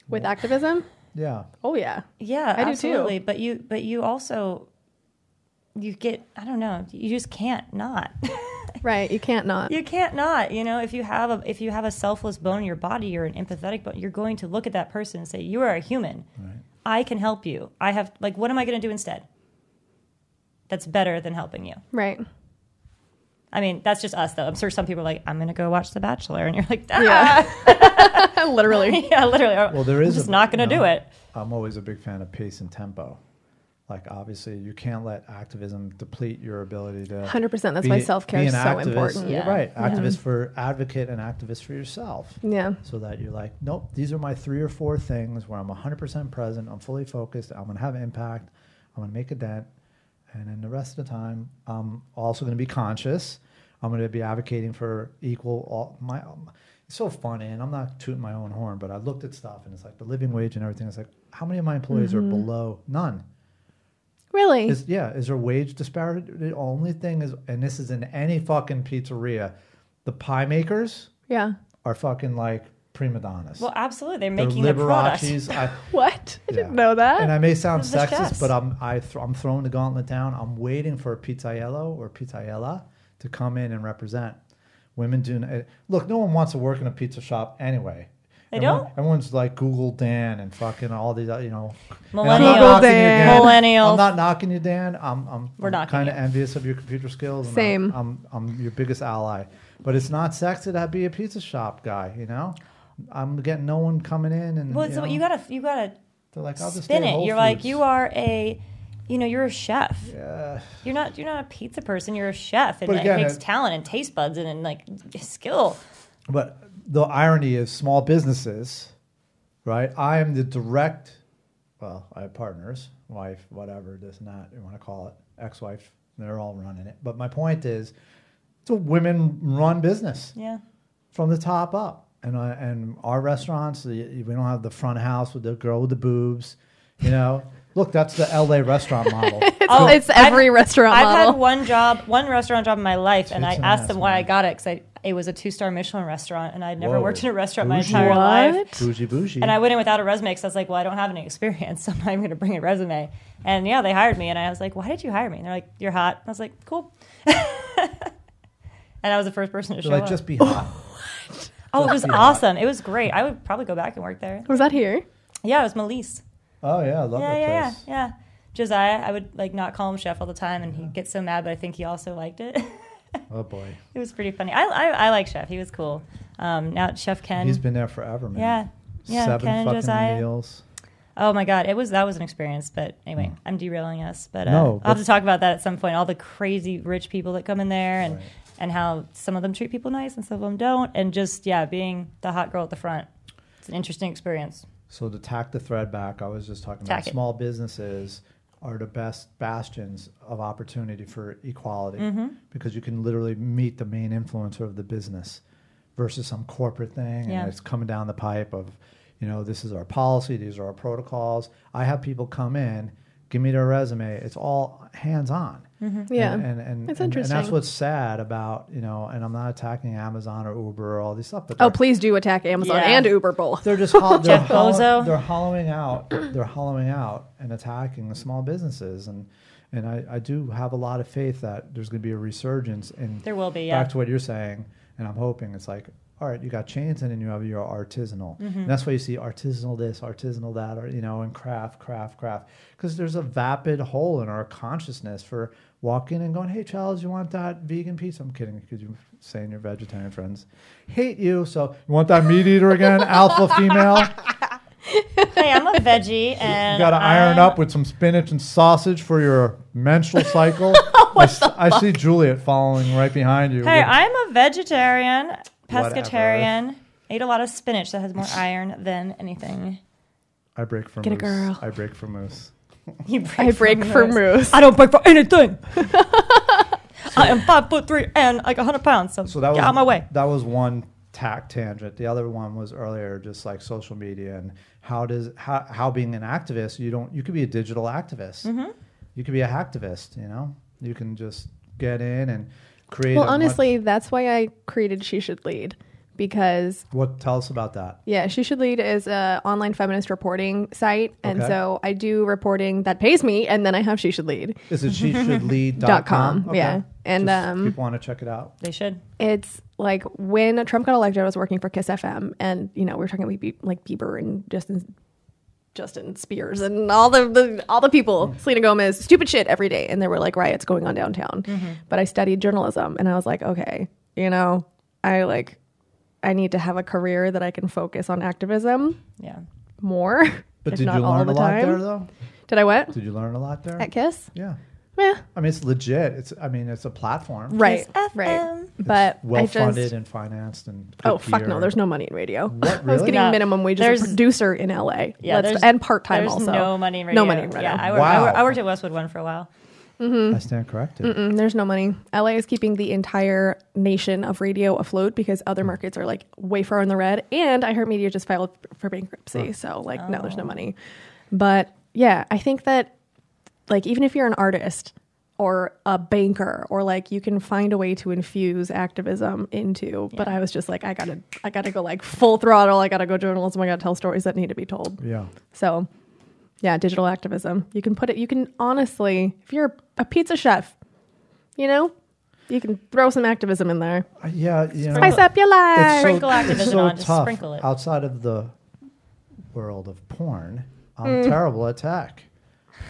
with activism, yeah, oh yeah. Yeah, I do too. absolutely. But you but you also you get I don't know. You just can't not. Right. You can't not. you can't not. You know, if you have a if you have a selfless bone in your body, you're an empathetic bone. You're going to look at that person and say, "You are a human. I can help you. I have like what am I going to do instead? That's better than helping you." Right. I mean, that's just us though. I'm sure some people are like, "I'm going to go watch The Bachelor." And you're like, "Ah." Yeah. Literally. yeah, literally. Well, there is I'm just a- not going to no. do it. I'm always a big fan of pace and tempo. Like, obviously, you can't let activism deplete your ability to 100%. That's why self-care be is an so activist. important. You're Yeah. right, activist for advocate and activist for yourself. Yeah. So that you're like, nope, these are my three or four things where I'm 100% present, I'm fully focused, I'm gonna have impact, I'm gonna make a dent, and then the rest of the time, I'm also gonna be conscious. I'm gonna be advocating for equal all my. um, it's so funny, and I'm not tooting my own horn, but I looked at stuff, and it's like the living wage and everything. It's like, how many of my employees are below none? Really? Is yeah, is there wage disparity? The only thing is, and this is in any fucking pizzeria, the pie makers yeah. are fucking like prima donnas. Well, absolutely. They're They're making the product. I, What? I yeah. didn't know that. And I may sound They're the sexist, chefs. but I'm I th- I'm throwing the gauntlet down. I'm waiting for a pizzaiello or pizzaiella to come in and represent. Women do n- eh, look. No one wants to work in a pizza shop anyway. They don't? Everyone's like Google Dan and fucking all these, uh, you know. and I'm not Millennials. knocking you, Dan. Dan. Millennials. I'm not knocking you, Dan. I'm, I'm, We're I'm knocking kind of you. envious of your computer skills. and Same. I'm, I'm, I'm your biggest ally, but it's not sexy to be a pizza shop guy. You know, I'm getting no one coming in and. Well, you so know? you gotta you gotta They're like, I'll just spin stay at it. Whole You're like Foods. you are a, you know, you're a chef. Yeah. You're not you're not a pizza person. You're a chef, and But it again, takes it- talent and taste buds and, and like skill. But the irony is, small businesses, right? I am the direct. Well, I have partners, wife, whatever this and that you want to call it, ex-wife. They're all running it. But my point is, it's a women-run business. Yeah, from the top up. And uh, and our restaurants, the, we don't have the front house with the girl with the boobs. You know, look, that's the L.A. restaurant model. Oh, it's every restaurant I've model. had one job, one restaurant job in my life, and I Tits and ass, asked them why man. I got it because it was a two star Michelin restaurant, and I'd never Whoa. worked in a restaurant my Bougie. entire life. What? bougie, bougie. And I went in without a resume because I was like, well, I don't have any experience, so I'm not even going to bring a resume. And yeah, they hired me, and I was like, why did you hire me? And they're like, you're hot. And I was like, cool. and I was the first person to show They're like, up. just be hot. oh, it was be hot. awesome. It was great. I would probably go back and work there. Was that here? Yeah, it was Melise. Oh yeah, I love Yeah, that yeah, yeah, place. yeah. Josiah, I would like not call him chef all the time, and he gets so mad, but I think he also liked it. Oh boy, it was pretty funny. I, I, I like Chef. He was cool. Um, now Chef Ken. he's been there forever, man. yeah, yeah. Seven Ken and fucking Josiah. meals. Oh my god, it was that was an experience. But anyway, I'm derailing us. But uh, No, I'll have but- to talk about that at some point. All the crazy rich people that come in there, and Right. and how some of them treat people nice and some of them don't, and just yeah, being the hot girl at the front. It's an interesting experience. So to tack the thread back, I was just talking about Tack it. small businesses are the best bastions of opportunity for equality Mm-hmm. because you can literally meet the main influencer of the business versus some corporate thing Yeah. and it's coming down the pipe of you know this is our policy these are our protocols i have people come in give me their resume it's all hands on Mm-hmm. Yeah. and and, and, It's and- and that's interesting. what's sad about you know and i'm not attacking amazon or uber or all these stuff but Oh, they're- please do attack Amazon Yeah. and Uber both. they're just hol- they're, Jeff hollow- Bezos. they're hollowing out they're hollowing out and attacking the small businesses and and I, I do have a lot of faith that there's going to be a resurgence in There will be, yeah. back to what you're saying And I'm hoping it's like, all right, you got chains and then you have your artisanal. Mm-hmm. And that's why you see artisanal this, artisanal that, or, you know, and craft, craft, craft. Because there's a vapid hole in our consciousness for walking and going, hey, Charles, you want that vegan pizza? I'm kidding because you're saying your vegetarian friends hate you. So you want that meat eater again, alpha female? hey, I'm a veggie, and You got to iron I'm- up with some spinach and sausage for your menstrual cycle. I, s- I see Juliet following right behind you. Hey, with- I'm a vegetarian, Whatever. pescatarian. Ate a lot of spinach that has more iron than anything. I break for Get a moose. girl. I break for moose. You break I break for moose. I don't break for anything. I am five foot three and like hundred pounds. So, So that was get out of my way. That was one tack tangent. The other one was earlier, just like social media and how does how, how being an activist, you don't you could be a digital activist. Mm-hmm. You could be a hacktivist. You know, you can just get in and create. Well, a much- honestly, that's why I created She Should Lead because what tell us about that? Yeah, She Should Lead is a online feminist reporting site, and Okay. so I do reporting that pays me, and then I have She Should Lead Is it she should lead dot com. Yeah, and Just um, people want to check it out. They should. it's like when Trump got elected, I was working for Kiss FM, and you know we were talking about Bie- like Bieber and Justin, Justin Spears and all the, the all the people, Mm-hmm. Selena Gomez, stupid shit every day, and there were like riots going on downtown. Mm-hmm. But I studied journalism, and I was like, okay, you know, I like, I need to have a career that I can focus on activism Yeah. more. But if did not you all learn the a lot time. there though? Did I what? Did you learn a lot there? At Kiss? Yeah. Yeah. I mean, it's legit. It's I mean, it's a platform. Right. Kiss Right. FM. But well I funded just. and financed and. Oh good fuck no! gear. There's no money in radio. What, I was really? getting No, minimum wage as a there's- producer in LA. Yeah, Let's- there's- and part time There's also. no money in radio. No money in radio. Yeah, I, wor- I, Wow. wor- I worked at Westwood One for a while. I stand corrected. Mm, there's no money. LA is keeping the entire nation of radio afloat because other markets are like way far in the red. And iHeartMedia just filed for bankruptcy. So, like, no, there's no Oh. money. But yeah, I think that, like, even if you're an artist or a banker or like you can find a way to infuse activism into but i was just like i gotta i gotta go like full throttle i gotta go journalism i gotta tell stories that need to be told Yeah. So, yeah, digital activism. You can put it, you can honestly, if you're a pizza chef, you know, you can throw some activism in there. Uh, Yeah. You know, Spice up your it's so- life. Sprinkle activism it's so on, just tough sprinkle it. Outside of the world of porn, Mm. I'm terrible at tech.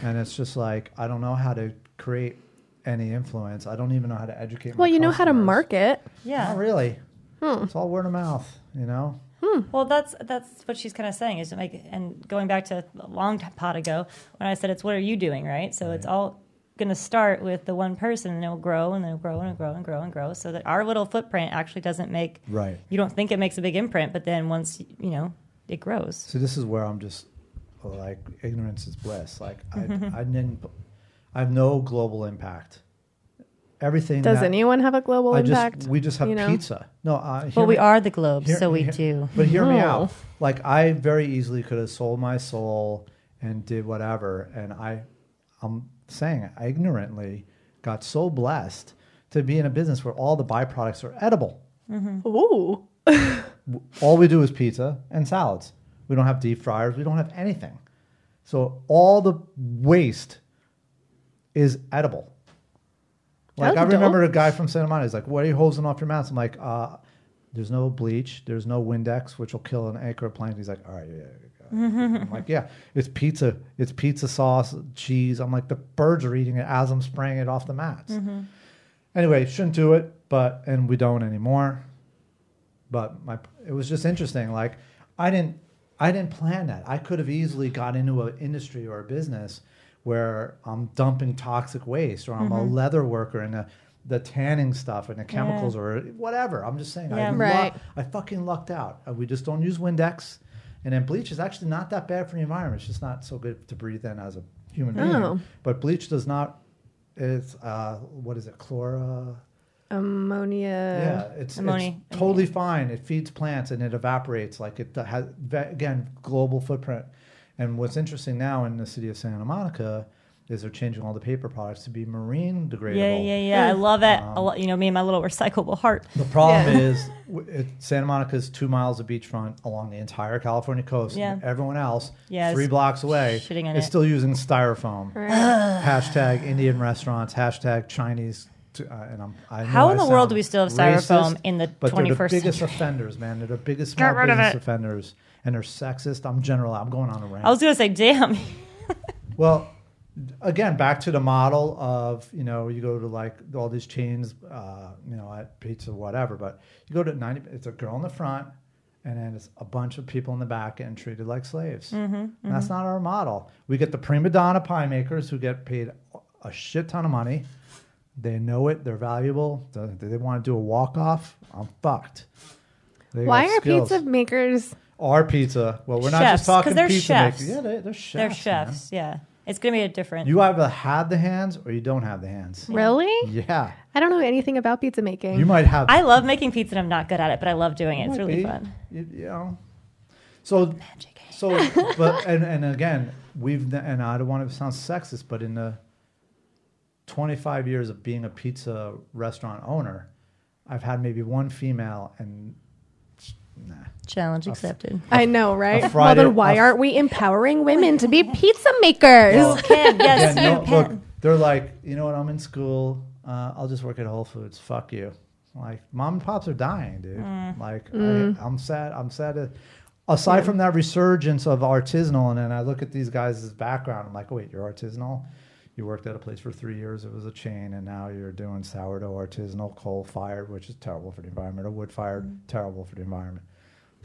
And it's just like, I don't know how to create any influence. I don't even know how to educate my Well, you know how to customers. market. Hmm. Yeah. Not really. It's all word of mouth, you know? Well, that's that's what she's kind of saying is like, and going back to a long t- pot ago when I said it's what are you doing, right? So it's all going to start with the one person, and it'll grow and it'll grow and it'll grow and grow and grow, so that our little footprint actually doesn't make Right. You don't think it makes a big imprint, but then once y- you know it grows. So this is where I'm just like ignorance is bliss. Like I, Mm-hmm. I didn't, I have no global impact. Everything Does that- anyone have a global I impact? just we just have you know? pizza. No, uh, hear But we me- are the globe, hear- so we hear- do. But hear me No. out. Like I very easily could have sold my soul and did whatever, and I, I'm saying it, I ignorantly got so blessed to be in a business where all the byproducts are edible. Ooh. All we do is pizza and salads. We don't have deep fryers. We don't have anything. So all the waste is edible. Like That's I remember a guy from Santa Monica. He's like, "What are you hosing off your mouth?" I'm like, uh, "There's no bleach. There's no Windex, which will kill an acre of plankton." He's like, "All right, yeah." yeah, yeah." I'm like, "Yeah, it's pizza. It's pizza sauce, cheese." I'm like, "The birds are eating it as I'm spraying it off the mats." Anyway, shouldn't do it, but and we don't anymore. But my, it was just interesting. Like, I didn't, I didn't plan that. I could have easily got into an industry or a business where I'm dumping toxic waste, or I'm a leather worker and the, the tanning stuff and the chemicals, or whatever. I'm just saying, Yeah. I, lu- Right. I fucking lucked out. Uh, We just don't use Windex, and then bleach is actually not that bad for the environment. It's just not so good to breathe in as a human being. Oh. But bleach does not. It's uh, what is it? Chlora. Ammonia. Yeah, it's, it's Ammonia. totally fine. It feeds plants and it evaporates. Like it has, ve- again, global footprint. And what's interesting now in the city of Santa Monica is they're changing all the paper products to be marine degradable. Yeah, yeah, yeah. I love it. I lo- you know, me and my little recyclable heart. The problem Yeah. is w- it, Santa Monica's two miles of beachfront along the entire California coast. and Yeah. everyone else, Yeah, three it's blocks away, shitting on is it. still using styrofoam. Right. hashtag Indian restaurants, hashtag Chinese to, uh, and I'm, I know How I in the world sound do we still have racist, styrofoam in the but they're 21st the biggest century? offenders, man. They're the biggest Get small rid of business it. offenders, and they're sexist. I'm general. I'm going on a rant. I was going to say, damn. Well, again, back to the model of you know you go to like all these chains, uh, you know at pizza whatever, but you go to ninety. It's a girl in the front, and then it's a bunch of people in the back getting treated like slaves. Mm-hmm, And That's not our model. We get the prima donna pie makers who get paid a shit ton of money. They know it. They're valuable. Do do they want to do a walk off? I'm fucked. They got Why are skills. pizza makers? Our pizza. Well, we're not Chefs, just 'cause talking they're pizza chefs. makers. Yeah, they, they're chefs. They're man. chefs. Yeah. It's going to be a different. You either have the hands or you don't have the hands. Really? Yeah. I don't know anything about pizza making. You might have. I love making pizza and I'm not good at it, but I love doing it. It's might really be, fun. You, you know. So, so, but, and, and again, we've, and I don't want to sound sexist, but in the 25 years of being a pizza restaurant owner, I've had maybe one female and, nah. Challenge accepted. I know, right? Well, Friday- then why a- aren't we empowering women to be pizza makers? Can. Yes, Again, you no, can. look, they're like, you know what? I'm in school. Uh, I'll just work at Whole Foods. Fuck you. Like, mom and pops are dying, dude. Mm. Like, I, I'm sad. I'm sad. to- aside from that resurgence of artisanal, and then I look at these guys' background. I'm like, wait, you're artisanal. You worked at a place for three years. It was a chain, and now you're doing sourdough artisanal, coal fired, which is terrible for the environment, or wood fired, Mm. terrible for the environment.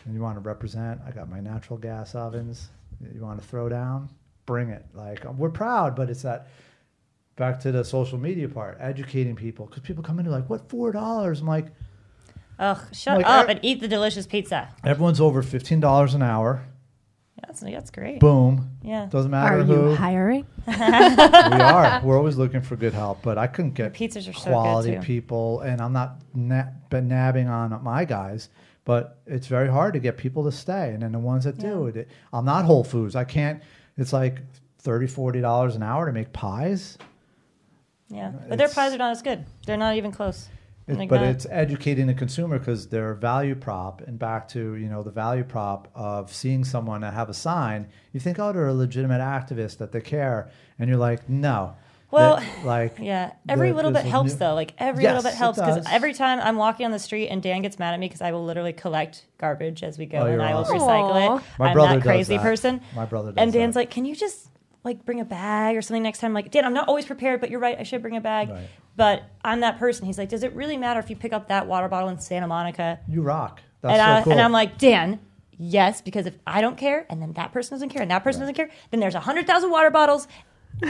And you want to represent? I got my natural gas ovens. You want to throw down? Bring it. Like um, we're proud, but it's that back to the social media part, educating people because people come in and they're like, "What four dollars?" I'm like, Ugh, shut Like, up I- and eat the delicious pizza. everyone's over fifteen dollars an hour. That's, that's great. Boom. yeah. Doesn't matter Are who you hiring? we are. We're always looking for good help, but I couldn't get pizzas are so good, quality too. people, and I'm not na- been nabbing on my guys, but it's very hard to get people to stay. And then the ones that do, it, I'm not Whole Foods. I can't. It's like 30 dollars an hour to make pies. Yeah. But their It's- pies are not as good. They're not even close. It- Like but not- it's educating the consumer because their value prop and back to you know the value prop of seeing someone that have a sign you think oh they're a legitimate activist that they care and you're like no Well, That- like Yeah, every the- little bit there's a helps new- though. Like every Yes, little bit it helps because does. every time I'm walking on the street and Dan gets mad at me because I will literally collect garbage as we go Oh, and you're I will awesome. recycle it. Aw. My I'm brother that does crazy that. person. My brother does and Dan's that. like, "Can you just like bring a bag or something next time?" I'm like, Dan, I'm not always prepared, but you're right. I should bring a bag. Right. But I'm that person. He's like, "Does it really matter if you pick up that water bottle in Santa Monica?" You rock. That's And, so I, cool. and I'm like, Dan. Yes, because if I don't care, and then that person doesn't care, and that person doesn't care, then there's hundred thousand water bottles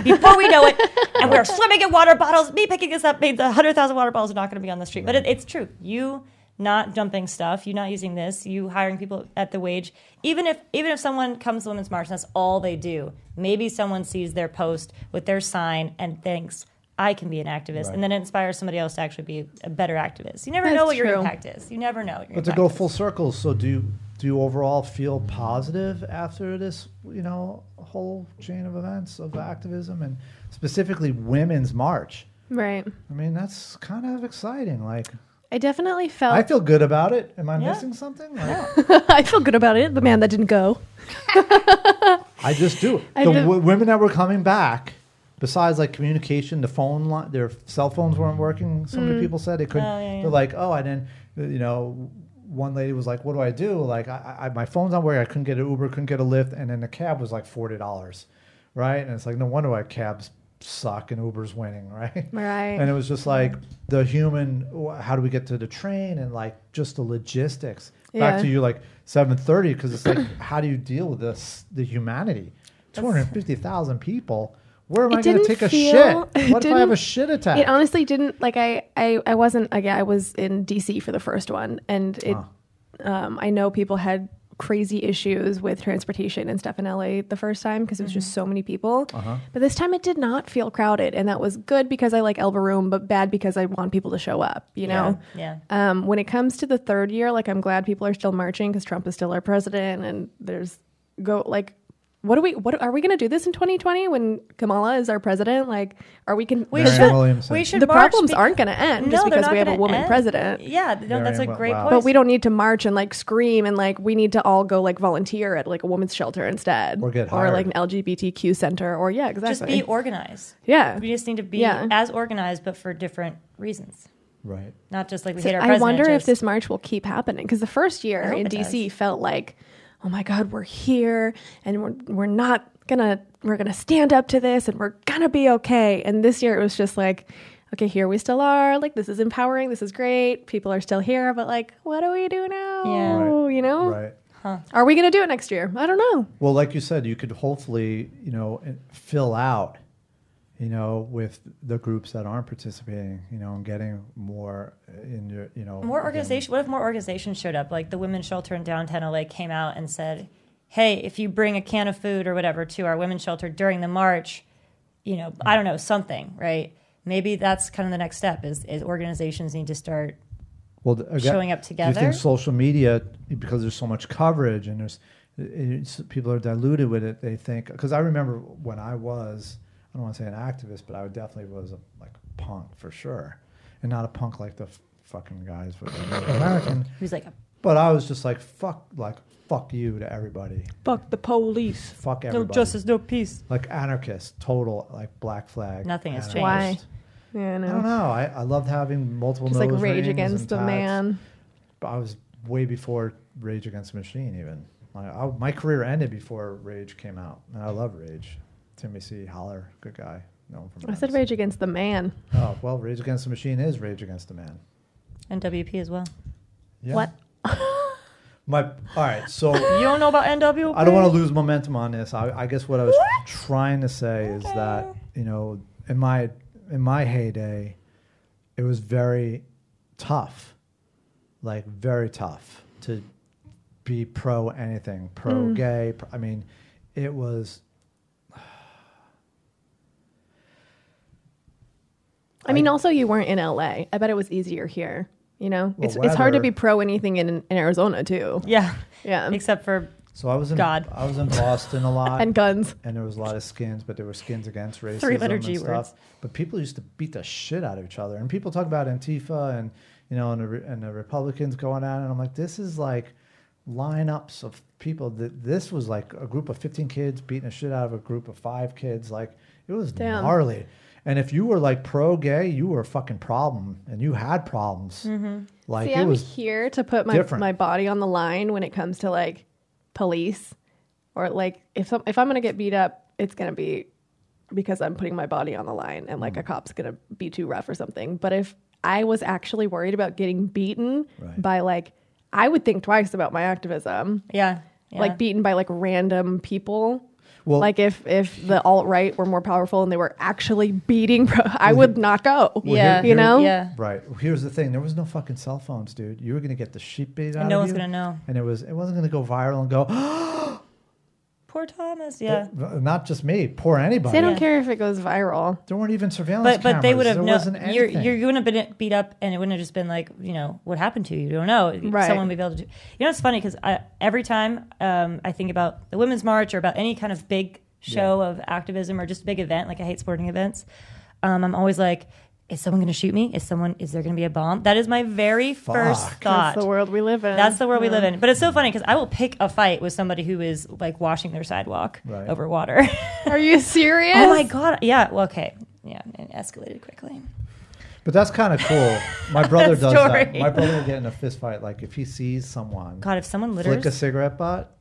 before we know it, and we're swimming in water bottles. Me picking this up means a hundred thousand water bottles are not going to be on the street. But it, it's true. You not dumping stuff, you not using this, you hiring people at the wage. Even if even if someone comes to Women's March and that's all they do, maybe someone sees their post with their sign and thinks. I can be an activist, Right. and then it inspires somebody else to actually be a better activist. You never That's know what your true. impact is. You never know. What your but to impact go is. full circle, so do you, do you overall feel positive after this, you know, whole chain of events of activism and specifically women's march? Right. I mean, that's kind of exciting. Like, I definitely I felt. feel good about it. Am I Uh, Yeah. missing something? Like, I feel good about it. The man that didn't go. I just do. I the did- w- women that were coming back, besides like communication, the phone line, their cell phones weren't working. So many people said they couldn't. Oh, yeah, yeah. They're like, oh, I didn't. You know, one lady was like, "What do I do? Like, I, I my phone's not working. I couldn't get an Uber, couldn't get a Lyft, and then the cab was like forty dollars, right? And it's like, no wonder why cabs suck and Uber's winning, right? Right. And it was just like the human. wh- How do we get to the train and like just the logistics? Back Yeah. to you like seven thirty because it's like how do you deal with this the humanity? Two hundred fifty thousand people. Where am It I going to didn't take a feel- shit? it What if I have a didn't- shit attack? It honestly didn't like I, I I wasn't again I was in DC for the first one and it um, I know people had crazy issues with transportation and stuff in LA the first time because it was just so many people. Uh-huh. But this time it did not feel crowded and that was good because I like Elba Room but bad because I want people to show up, you know. Yeah. Um, when it comes to the third year, like I'm glad people are still marching because Trump is still our president, and there's go like, what do we? What are we going to do this in 2020 when Kamala is our president? Like, are we can? We Marianne should, Williamson. we should the march problems be- aren't going to No, end Uh, just they're because not we have a gonna woman end. president. Yeah, no, that's a Marianne, great wow. point. But we don't need to march and like scream and like we need to all go like volunteer at like a woman's shelter instead, Or get or hired. like an LGBTQ center, or yeah, exactly. just be organized. yeah, We just need to be Yeah. as organized, but for different reasons, Right. not just like we So hate our I president. wonder if just- this march will keep happening because the first I year hope in it DC felt like, oh my God, we're here and we're we're not gonna we're gonna stand up to this and we're gonna be okay. And this year it was just like, okay, here we still are. Like this is empowering. This is great. People are still here, but like, what do we do now? Yeah. Right. You know, Right. are we gonna do it next year? I don't know. Well, like you said, you could hopefully, you know, and fill out, you know, with the groups that aren't participating, you know, and getting more in your, you know, more again, organization. What if more organizations showed up? Like the women's shelter in downtown LA came out and said, "Hey, if you bring a can of food or whatever to our women's shelter during the march, you know, I don't know something, right? Maybe that's kind of the next step. Is, is organizations need to start well, th- again, showing up Do you together? think social media, because there's so much coverage and there's it's, people are diluted with it, they think. Because I remember when I was, I don't want to say an activist, but I definitely was a, like punk for sure, and not a punk like the f- fucking guys with the Native American. Who's like, "Oh, But I was just like fuck, like fuck you to everybody, Fuck the police. fuck everybody. no peace. like anarchist, total like black flag. Nothing has anarchist. changed. Yeah, I I don't know. know. I, I loved having multiple. Just like nose rage rings against and the tats. man. But I was way before Rage Against the Machine, even. Like, I, my career ended before Rage came out. And I love Rage. Timmy C. Holler, good guy. No from I said Venice. rage against the man. Oh, well, Rage Against the Machine is Rage Against the Man. NWP as well. Yeah. What? My, all right, so You don't know about NWP? I don't want to lose momentum on this. I, I guess what I was trying to say is that, you know, in my, in my heyday, it was very tough, like very tough to be pro anything, pro gay. Pro, I mean, it was. I mean, also you weren't in LA. I bet it was easier here. You know, Well, it's it's hard to weather- be pro anything in, in Arizona too. Yeah, Yeah, except for So I was in God. I was in Boston a lot, and and, guns. there was a lot of skins, but there were skins against racism Three-letter and G stuff. words. But people used to beat the shit out of each other, and people talk about Antifa and you know and the, re- and the Republicans going at it. And I'm like, this is like lineups of people. That this was like a group of 15 kids beating the shit out of a group of five kids. Like it was Damn. gnarly. And if you were like pro gay, you were a fucking problem, and you had problems. Like Mm-hmm. See, it I'm was here to put my different. my body on the line when it comes to like police or like if some, if I'm gonna get beat up, it's gonna be because I'm putting my body on the line and Mm. like a cop's gonna be too rough or something. But if I was actually worried about getting beaten Right. by like, I would think twice about my activism. yeah, yeah. like beaten by like random people. Well- like if if the alt right were more powerful and they were actually beating, pro- I would not go. here- Yeah. you know. yeah. Right. Here's the thing: there was no fucking cell phones, dude. You were gonna get the sheep beat out no of one's you, gonna know. And it was it wasn't gonna go viral and go. Poor Thomas. Yeah. not just me, poor anybody. They don't Yeah. care if it goes viral. There weren't even surveillance but but they would have there known wasn't you're anything. you're going to been beat up and it wouldn't have just been like you know what happened to you you don't know Right. someone would be able to do you know it's funny because every time um, I think about the women's march or about any kind of big show of activism or just big event like I hate sporting events um, I'm always like is someone going to shoot me is someone is there going to be a bomb that is my very first Fuck. thought That's the world we live in. that's the world we live in. But it's so funny because I will pick a fight with somebody who is like washing their sidewalk Right. over water. Are you serious? oh my god! Yeah. Well, okay. Yeah, it escalated quickly. but that's kind of cool. My brother does that. Story. My brother will get in a fist fight. Like if he sees someone God, if someone litters, flick a cigarette butt,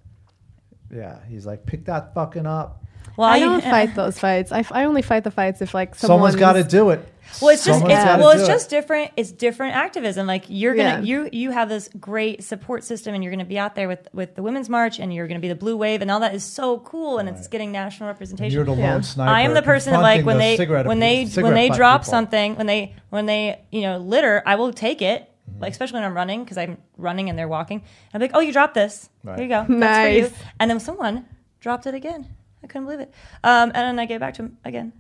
yeah, he's like, pick that fucking up. well, I you- don't fight those fights. I, f- I only fight the fights if like Someone's got to someone's- do it. Well, it's just Someone's it's, gotta well, do it's it. just different. It's different activism. Like you're gonna Yeah. you you have this great support system, and you're gonna be out there with with the women's march, and you're gonna be the blue wave, and all that is so cool, and it's Right. getting national And representation. you're the lone Yeah. sniper. I am the person that like confronting when those they cigarette when they people- when they cigarette butt drop people. something when they when they you know litter I will take it Mm-hmm. like especially when I'm running because I'm running and they're walking I'm like oh you dropped this Right. here you go that's for you Nice. and then someone dropped it again I couldn't believe it um, and then I gave it back to him again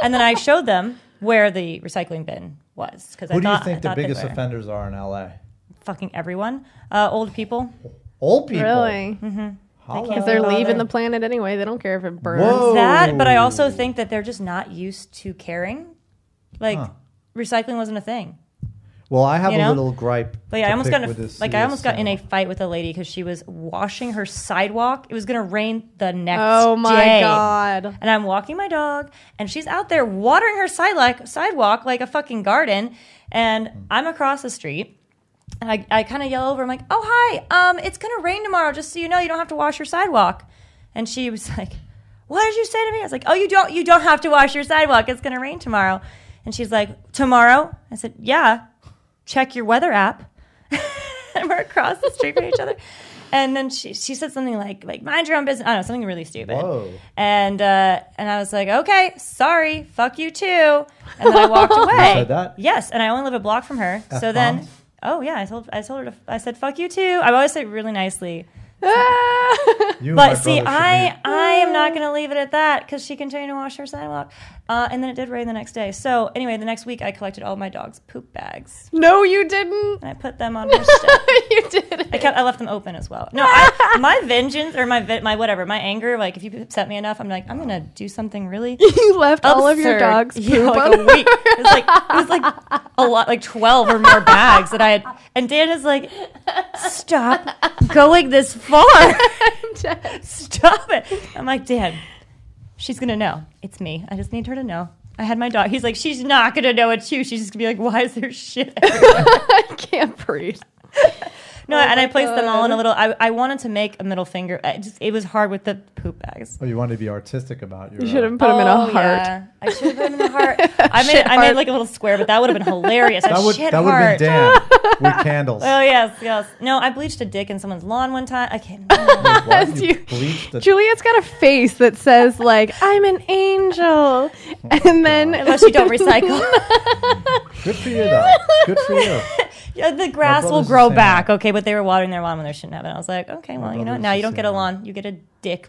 and then I showed them where the recycling bin was because I Who do you thought, I think the thought they biggest were- offenders are in LA? fucking everyone uh, old people Old people. Really? Mm-hmm. Holla. Because they're Bother. leaving the planet anyway. They don't care if it burns. Whoa. that but I Oh. also think that they're just not used to caring like Huh. recycling wasn't a thing Well, I have You a know? little gripe. But yeah, I to almost pick got in a, with this like I CS almost got in a cinema. fight with a lady because she was washing her sidewalk. It was gonna rain the next. Oh my day. god. And I'm walking my dog, and she's out there watering her sidewalk, sidewalk like a fucking garden. And I'm across the street, and I, I kind of yell over. I'm like, "Oh hi, um, it's gonna rain tomorrow. Just so you know, you don't have to wash your sidewalk." And she was like, "What did you say to me?" I was like, "Oh, you don't, you don't have to wash your sidewalk. It's gonna rain tomorrow." And she's like, "Tomorrow?" I said, "Yeah." Check your weather app. and we're across the street from each other. And then she, she said something like like mind your own business. I don't know something really stupid. Whoa. And uh, and I was like, okay, sorry, fuck you too. And then I walked away. said that? Yes, and I only live a block from her. So then, F-bombs? oh yeah, I told I told her to, I said fuck you too. I always say it really nicely. Ah. You and my But brother see, should I meet. I am not going to leave it at that because she continued to wash her sidewalk, uh, and then it did rain the next day. So anyway, the next week I collected all my dog's poop bags no, you didn't. and I put them on her step. you didn't. I kept I left them open as well. No, I, my vengeance or my vi- my whatever my anger. Like if you upset me enough, I'm like I'm gonna do something really you left all of your absurd. dogs poop Yeah, like on a week. It was like it was like a lot, like twelve or more bags that I had. And Dan is like, stop going this far. stop it. I'm like Dan. She's gonna know it's me. I just need her to know. I had my dog. He's like, she's not gonna know it's you. She's just gonna be like, why is there shit? I can't breathe. No, Oh and I my placed them all in a God. little. I, I wanted to make a middle finger. I just, it was hard with the poop bags. Oh, you want to be artistic about your. uh, You should have put him in Oh, a heart. yeah. I should have put them in a heart. I made Shit I made heart. like a little square, but that would have been hilarious. That, That would shit that would have heart. been Dan with candles. Oh yes, yes. No, I bleached a dick in someone's lawn one time. I can't. no. What? You You- bleached the- Juliet's got a face that says like I'm an angel, and then Unless you don't recycle, Good for you though. Good for you. Yeah, the grass will brother's the grow same back. Okay, but they were watering their lawn when they shouldn't have. And I was like, okay, well, you know, brother's what? now the you don't get a same. lawn, you get a dick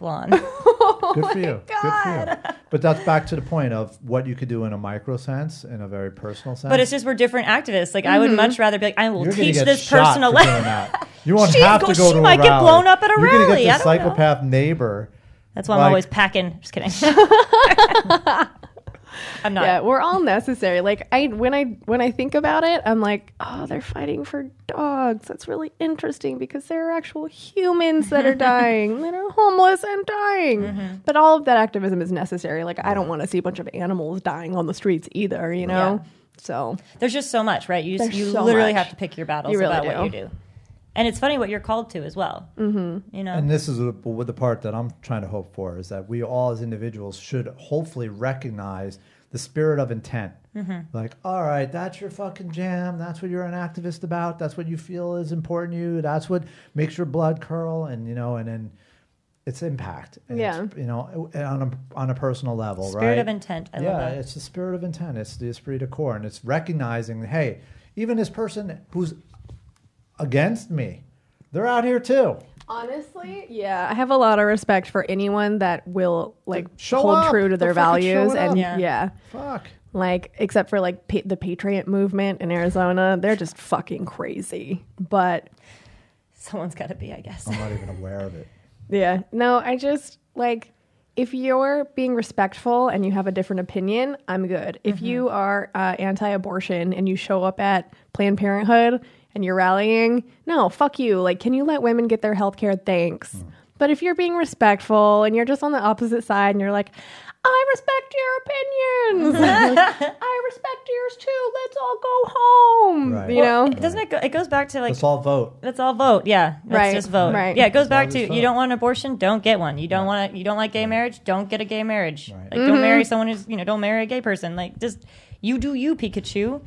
lawn. Oh Good for you. Good for you. But that's back to the point of what you could do in a micro sense, in a very personal sense. but it's just we're different activists. Like I would Mm-hmm. much rather be like, I will You're gonna teach get this shot person a for doing lesson. that. You won't She's have go- to go she to a might get rally. blown up at a You're gonna rally. I get don't the know. psychopath neighbor. That's why I'm Like- always packing. Just kidding. I'm not. yeah, we're all necessary. Like I when I when I think about it, I'm like, oh, they're fighting for dogs. That's really interesting because there are actual humans that are dying, that are homeless and dying. Mm-hmm. But all of that activism is necessary. Like I don't want to see a bunch of animals dying on the streets either. You know. So There's just so much, right? You just, There's you so literally much. have to pick your battles You really about what you do. do. And it's funny what you're called to as well. Mm-hmm. You know, And this is what- what the part that I'm trying to hope for is that we all as individuals should hopefully recognize the spirit of intent. Mm-hmm. Like, all right, that's your fucking jam. That's what you're an activist about. That's what you feel is important to you. That's what makes your blood curl. And, you know, and then it's impact. And it's, Yeah. you know, and on a, on a personal level, spirit right? of intent. I yeah, love that. it's the spirit of intent. It's the esprit de corps, and it's recognizing, hey, even this person who's against me, they're out here too. honestly, yeah, I have a lot of respect for anyone that will like Show hold up. true to They're their fucking values showing up. and Yeah. yeah. Fuck. like except for like pa- the patriot movement in arizona they're just fucking crazy but Someone's got to be, I guess. I'm not even aware of it. yeah no i just like if you're being respectful and you have a different opinion i'm good if you are uh, anti-abortion and you show up at planned parenthood and you're rallying no fuck you like can you let women get their health care thanks but if you're being respectful and you're just on the opposite side and you're like i respect your opinions i respect yours too let's all go home Right. you know It doesn't it go, it goes back to like Let's all vote. let's all vote. Yeah, let's Right, just vote. right. Yeah, it goes back all to just you vote. don't want an abortion, don't get one. You don't want to, you don't like gay marriage, don't get a gay marriage. Right. Like don't marry Mm-hmm. someone who's you know don't marry a gay person. Like just you do you, Pikachu.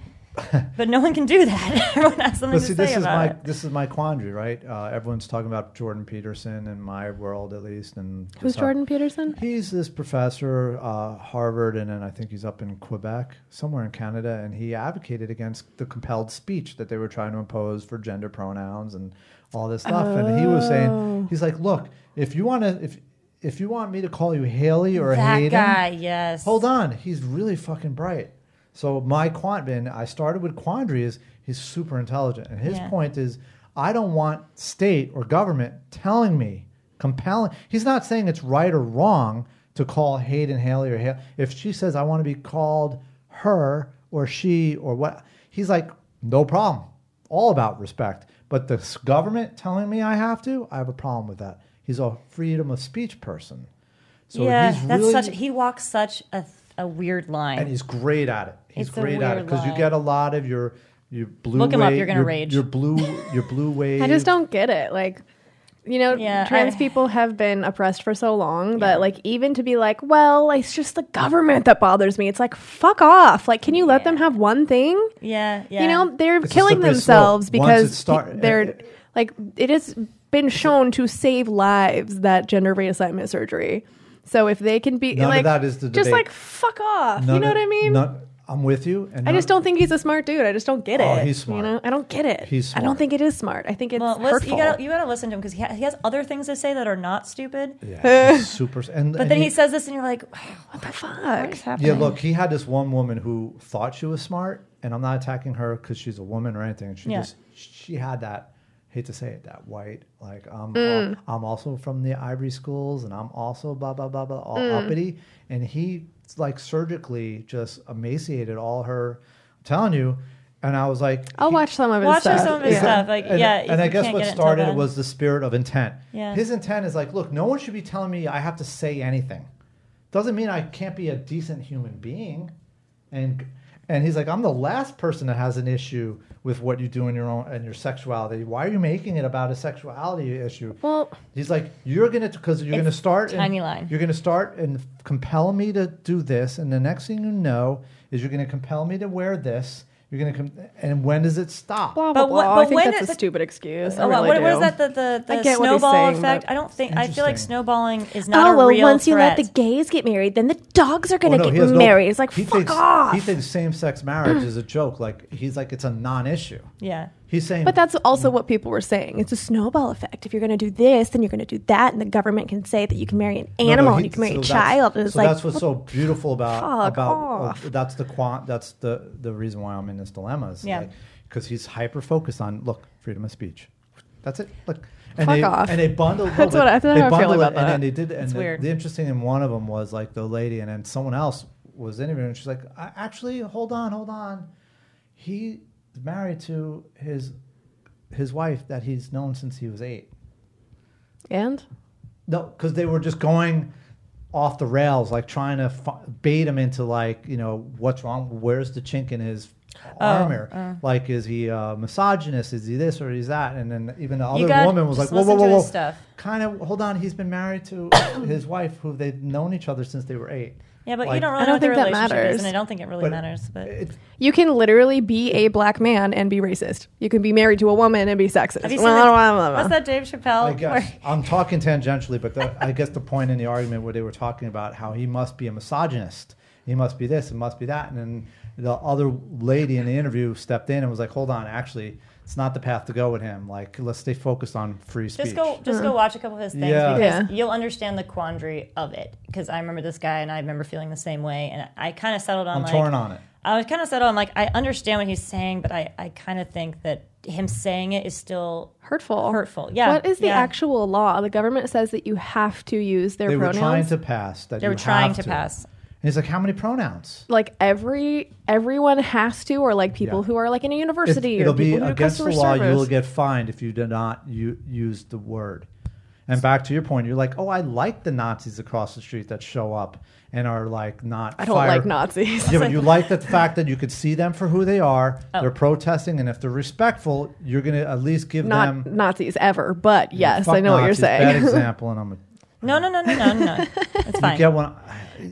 but no one can do that. Everyone has something But to see, say this is about my it. this is my quandary, right? Uh, everyone's talking about Jordan Peterson in my world, at least. And who's just how- jordan peterson He's this professor, uh, Harvard, and then I think he's up in Quebec, somewhere in Canada, and he advocated against the compelled speech that they were trying to impose for gender pronouns and all this stuff. And he was saying, he's like, look, if you want to, if if you want me to call you Haley or that Hayden, guy, yes. hold on, he's really fucking bright. So my quant bin, I started with quandary is he's super intelligent, and his Yeah. point is I don't want state or government telling me compelling. He's not saying it's right or wrong to call Hayden Haley or Haley. If she says I want to be called her or she or what, he's like No problem. All about respect. But the s- government telling me I have to, I have a problem with that. He's a freedom of speech person. So yeah, he's that's really, such. He walks such a, a weird line. and he's great at it. He's It's a great at it weird because you line. get a lot of your your blue. Look him up, wave- you're gonna your- rage. Your blue, your blue wave. I just don't get it. Like, you know, Yeah, trans I- people have been oppressed for so long that, like, even to be like, well, it's just the government that bothers me. It's like, fuck off. Like, can you let them have one thing? yeah, yeah. You know, they're It's a killing slippery slope. themselves Once it because start- he- they're eh, eh. like, it has been shown to save lives that gender reassignment surgery. So if they can be None of like, that is the just debate. like fuck off. you None know of- what I mean? none- I'm with you. And I just none- don't think he's a smart dude. I just don't get it. Oh, he's smart. You know, I don't get it. He's I don't smart. think it is smart. I think it's well, listen, hurtful. you gotta you gotta listen to him because he, ha- he has other things to say that are not stupid. Yeah, he's super. And, But then he, says this, and you're like, "Oh, what the what fuck? is happening? Yeah, look, he had this one woman who thought she was smart, and I'm not attacking her because she's a woman or anything. She Yeah. just she had that. Hate to say it, that white like I'm. all- I'm also from the Ivory schools, and I'm also blah blah blah blah all uppity. And he like surgically just emaciated all her. I'm telling you, and I was like, I'll Oh, he- watch some of his Watch stuff. some of his Yeah. stuff. Like, and, yeah, and you I guess can't what get it until started it then. was the spirit of intent. Yeah. His intent is like, look, no one should be telling me I have to say anything. Doesn't mean I can't be a decent human being. And and he's like, I'm the last person that has an issue with what you do in your own and your sexuality. Why are you making it about a sexuality issue? Well, He's like, you're gonna because you're It's gonna start and- tiny line. You're gonna start and compel me to do this, and the next thing you know is you're gonna compel me to wear this. You're gonna com- and when does it stop? blah blah But what- blah. but I think when that's it- a but- stupid excuse. I Oh, really what, what is do. that? The, the, I the get what he's snowball saying, effect? but- I don't think. I feel like Interesting. snowballing is not oh a well, real once you let threat. the gays get married, then the dogs are Oh, gonna no, he get has no- married. it's like he fuck thinks, off. He thinks same-sex marriage is a joke. Like he's like it's a non-issue. yeah. He's saying, but that's also what people were saying. It's a snowball effect. If you're going to do this, then you're going to do that, and the government can say that you can marry an No, no, animal, he- and you can marry so a that's- child, and it's so like that's what's so beautiful about fuck about off. uh, that's the quant that's the the reason why I'm in this dilemma is Yeah. because he's hyper focused on look freedom of speech. That's it. Look, and Fuck they, off. And they bundled. That's what I- that's how they I feel bundled about it, And then that. they did. And It's the, weird. the interesting in one of them was like the lady, and then someone else was interviewing. And she's like, I, actually, hold on, hold on. He's married to his his wife that he's known since he was eight. and No, because they were just going off the rails, like trying to f- bait him into like you know what's wrong? Where's the chink in his Oh, armor? Like, is he uh, misogynist? Is he this or is that? And then even the You other got- woman was like, just whoa, whoa, listen whoa, to whoa. his stuff. Kind of hold on. He's been married to his wife, who they've known each other since they were eight. Yeah, but you Like, don't really know I don't what the think that relationship is, matters. and I don't think it really But- matters. But It, you can literally be a black man and be racist. You can be married to a woman and be sexist. have you seen Blah, that- blah, blah, blah. what's that Dave I Chappelle? guess I'm talking tangentially, but the, I guess the point in the argument where they were talking about how he must be a misogynist, he must be this, and must be that, and then the other lady in the interview stepped in and was like, "Hold on, actually, it's not the path to go with him. Like, let's stay focused on free speech." Just go, just go watch a couple of his things Yeah. because Yeah. you'll understand the quandary of it. Because I remember this guy, and I remember feeling the same way, and I kind of settled on I'm like torn on it. I was kind of settled on like I understand what he's saying, but I, I kind of think that him saying it is still hurtful. hurtful. Yeah, What is the yeah. actual law? The government says that you have to use their They were pronouns. trying to pass that. They you were trying have to pass. And he's like, "How many pronouns?" like every everyone has to, or like people Yeah. who are like in a university. It, or will be people who do against the customer law. Service. You'll get fined if you do not u- use the word. And back to your point, you're like, oh, I like the Nazis across the street that show up and are like not. I don't fire- like Nazis. Yeah, but you like the fact that you could see them for who they are. Oh. They're protesting, and if they're respectful, you're gonna at least give Not them. Nazis ever, but yes, Fuck I know what you're Nazis, Bad saying. example, and I'm. A, No, no, no, no, no, no. It's you fine. get one.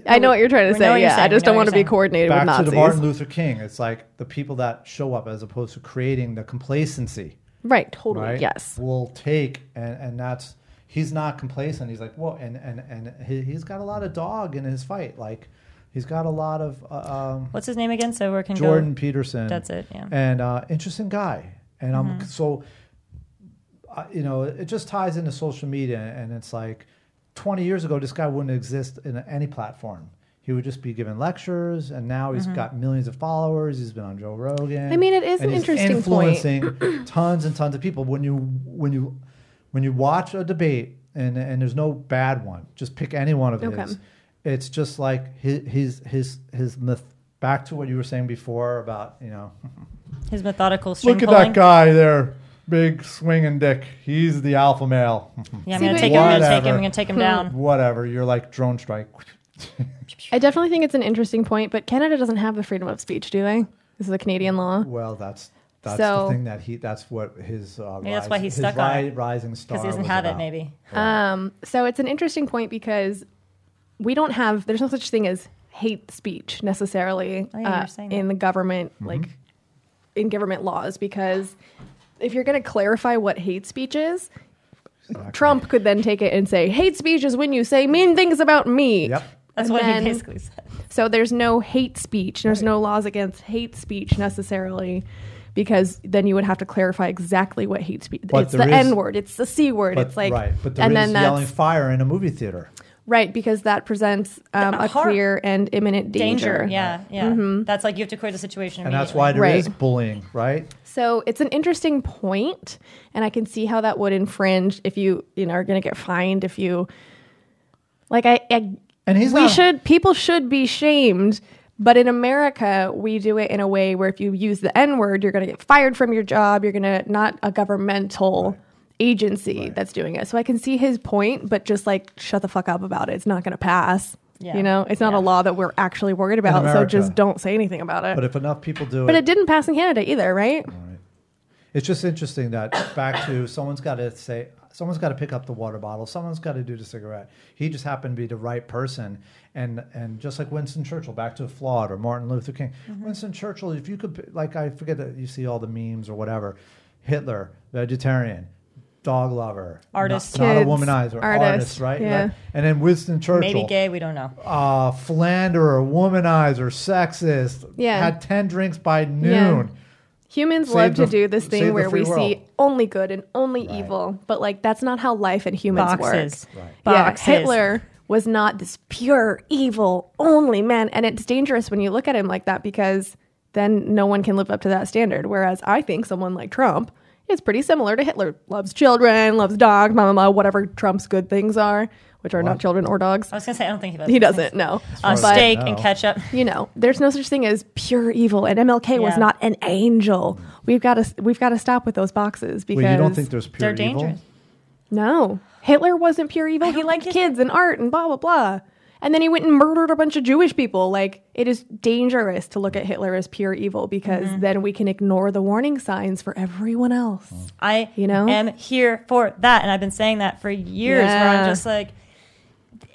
I know what you're trying to We know what say. you're Yeah, I saying, just we know don't what want to you're be coordinated Back with to the Martin Nazis. Luther King. It's like the people that show up as opposed to creating the complacency. Right, totally. right? Yes. Will take and and that's he's not complacent. He's like, whoa, and and and he, he's got a lot of dog in his fight. Like he's got a lot of uh, um, What's his name again? So we can Jordan go. Peterson. That's it, yeah. And uh, interesting guy. And Mm-hmm. I'm so uh, you know it just ties into social media, and it's like 20 years ago this guy wouldn't exist in any platform. He would just be giving lectures, and now he's got millions of followers. He's been on Joe Rogan. Mm-hmm. I mean, it is and an he's interesting point. influencing tons and tons of people. When you when you when you watch a debate, and and there's no bad one. Just pick any one of Okay. his. It's just like his his his his myth. Back to what you were saying before about you know His methodical string Look at that pulling. guy there, big swinging dick. He's the alpha male. Yeah, I'm See, gonna but- take him. I'm gonna take him. Whatever. I'm gonna take him down. Whatever. You're like drone strike. I definitely think it's an interesting point, but Canada doesn't have the freedom of speech, do they? This is a Canadian law. Well, that's that's So- the thing that he. That's what his. Uh, Maybe that's rise- why he's his stuck on ri- it. Rising star. Because he doesn't was have about. it, maybe. Um, so it's an interesting point because we don't have there's no such thing as hate speech necessarily Oh, yeah, you uh, were saying in the government Mm-hmm. like in government laws because if you're going to clarify what hate speech is Exactly. Trump could then take it and say hate speech is when you say mean things about me. Yep. That's And what then- he basically said. So there's no hate speech. There's no laws against hate speech necessarily because then you would have to clarify exactly what hate speech But it's the there is- n word it's the c word But, it's like right. But there and is then that's yelling fire in a movie theater. Right, because that presents um, The a har- clear and imminent danger. Mm-hmm. Danger. Yeah, yeah. That's like you have to create a situation. And that's why there is Right. bullying, right? So it's an interesting point, and I can see how that would infringe if you you know are going to get fined if you like I. I And he's we not- should people should be shamed, but in America we do it in a way where if you use the N word, you're going to get fired from your job. You're going to not a governmental. Agency that's doing it. So I can see his point, but just like shut the fuck up about it. It's not going to pass. Yeah. You know, it's not Yeah. a law that we're actually worried about. So America. just don't say anything about it. But if enough people do But it, it didn't pass in Canada either, right? It's just interesting that back to someone's got to say, someone's got to pick up the water bottle, someone's got to do the cigarette. He just happened to be the right person, and and just like Winston Churchill, back to Flawed or Martin Luther King, Mm-hmm. Winston Churchill. If you could, like I forget that you see all the memes or whatever, Hitler, vegetarian. Dog lover, Artist. not, not a Kids, womanizer, artist, artist, right? yeah. Like- And then Winston Churchill, Maybe gay. We don't know. uh, philanderer, womanizer, sexist, Yeah. had ten drinks by noon. Yeah. Humans Save love to the- do this save thing the where we free world. see only good and only Right. evil, but like that's not how life and humans Boxes. work. Right. Boxes. Yeah, Hitler was not this pure evil only man, and it's dangerous when you look at him like that because then no one can live up to that standard. Whereas I think someone like Trump is pretty similar to Hitler. Loves children, loves dogs, blah blah blah. Whatever Trump's good things are, which are Well- not children or dogs, I was gonna say I don't think he does. he doesn't. No, Uh, as I steak know. and ketchup. you know, there's no such thing as pure evil, and MLK was Yeah. not an angel. We've got to we've got to stop with those boxes because Well, you don't think there's pure They're evil? dangerous. no Hitler wasn't pure evil. He liked kids and art and blah blah blah. And then he went and murdered a bunch of Jewish people. Like it is dangerous to look at Hitler as pure evil because then we can ignore the warning signs for everyone else. Mm. I You know? am here for that, and I've been saying that for years. Where I'm Yeah. just like,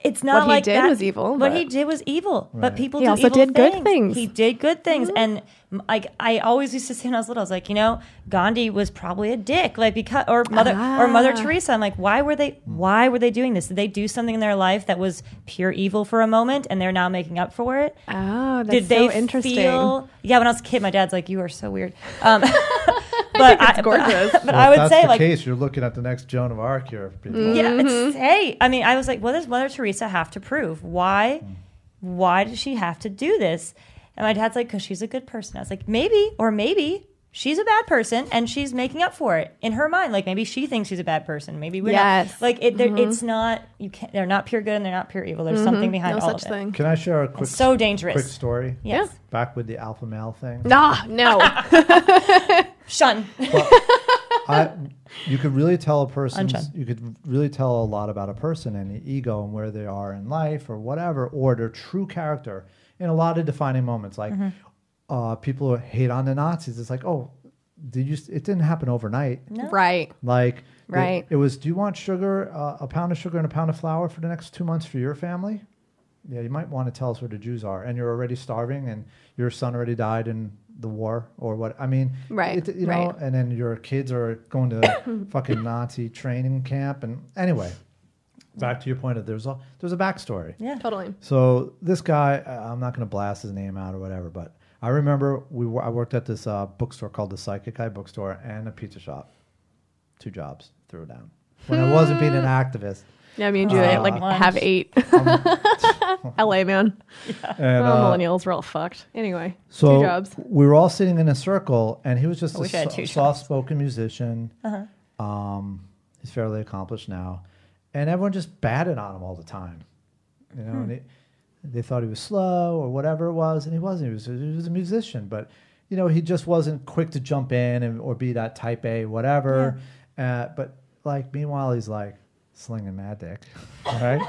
it's not What he like did that- was evil, What but- he did was evil, but people He do also evil did good things. Mm-hmm. He did good things, and m- like I always used to say when I was little, I was like, you know, Gandhi was probably a dick, like because or mother or Mother Ah. Teresa. I'm like, why were they? Why were they doing this? Did they do something in their life that was pure evil for a moment, and they're now making up for it? Oh, that's did they so interesting. feel? Yeah, when I was a kid, my dad's like, "You are so weird." Um, but I but it's I- gorgeous. But, Well, I if would that's say, the like, Mm, case you're looking at the next Joan of Arc here. people. yeah, Mm-hmm. it's, hey, I mean, I was like, what does Mother Teresa have to prove? Why, why does she have to do this? And my dad's like, because she's a good person. I was like, maybe, or maybe she's a bad person and she's making up for it in her mind. Like maybe she thinks she's a bad person. Maybe we're Yes. Mm-hmm. not. Like it, they're- it's not. You can't. They're not pure good and they're not pure evil. There's something behind No all such of it. thing. Can I share a quick, So dangerous. quick story? Yes. Back with the alpha male thing. Nah, no. Shun. I, you could really tell a person. Unshun. You could really tell a lot about a person and the ego and where they are in life or whatever, or their true character in a lot of defining moments. Like Mm-hmm. uh, people who hate on the Nazis. It's like, oh, did you? s- It didn't happen overnight. right. Like, it- Right. It, was. Do you want sugar? Uh, a pound of sugar and a pound of flour for the next two months for your family? Yeah, you might want to tell us where the Jews are, and you're already starving, and your son already died in the war, or what? I mean, Right, you know, right. and then your kids are going to fucking Nazi training camp, and anyway, back to your point of there's a there's a backstory. yeah. Totally. So this guy, I- I'm not going to blast his name out or whatever, but I remember we were, I worked at this uh, bookstore called the Psychic Eye Bookstore and a pizza shop. Two jobs, threw down. When I wasn't being an activist. Yeah, me and Juliet Uh, like lunch. have eight. LA man. And, Um, Oh, uh, millennials, we're all fucked. Anyway, so two jobs. we were all sitting in a circle, and he was just wish I a had so- two jobs. Uh-huh. soft-spoken musician. Um, he's fairly accomplished now, and everyone just batted on him all the time. You Hmm. know, and he, they thought he was slow or whatever it was, and he wasn't. He was he was a musician, but you know, he just wasn't quick to jump in and, or be that type A, whatever. Uh, but like, meanwhile, he's like slinging mad dick, right?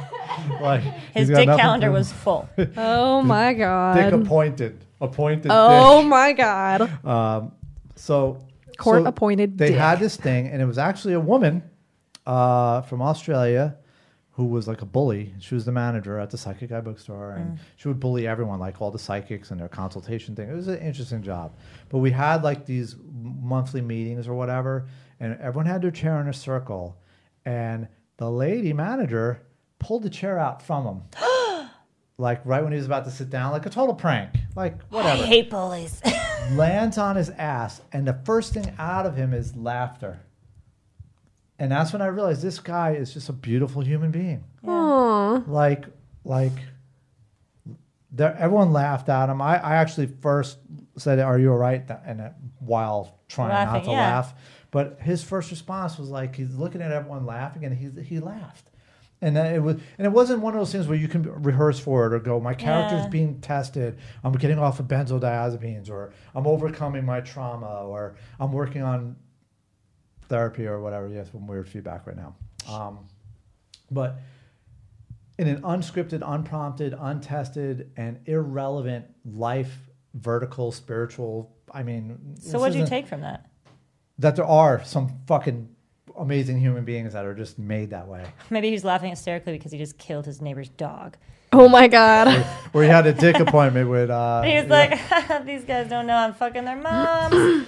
like His he's got dick nothing calendar to- was full. Oh my dick god. appointed, appointed. Oh my god. dick. Um, so Court so appointed They dick. had this thing, and it was actually a woman uh, from Australia who was like a bully. She was the manager at the psychic eye bookstore, Mm. and she would bully everyone, like all the psychics and their consultation thing. It was an interesting job, but we had like these monthly meetings or whatever, and everyone had their chair in a circle, and the lady manager pulled the chair out from him. Like right when he was about to sit down, like a total prank, like I whatever hate bullies. lands on his ass, and the first thing out of him is laughter. And that's when I realized this guy is just a beautiful human being. Aw. Like, like, there, everyone laughed at him. I, I actually first said, "Are you all right?" Th- And uh, while trying Laughing, not to yeah. laugh, but his first response was like he's looking at everyone laughing, and he he laughed. And then it was, and it wasn't one of those things where you can rehearse for it or go, my character's Yeah. being tested. I'm getting off of benzodiazepines, or I'm overcoming my trauma, or I'm working on therapy or whatever. Yes, some weird feedback right now. Um, but in an unscripted, unprompted, untested, and irrelevant life vertical spiritual. I mean, so this what'd you isn't- take from that? That there are some fucking amazing human beings that are just made that way. Maybe he's laughing hysterically because he just killed his neighbor's dog. Oh my god. Where he had a dick appointment with. Uh, And he was you know, like, these guys don't know I'm fucking their moms.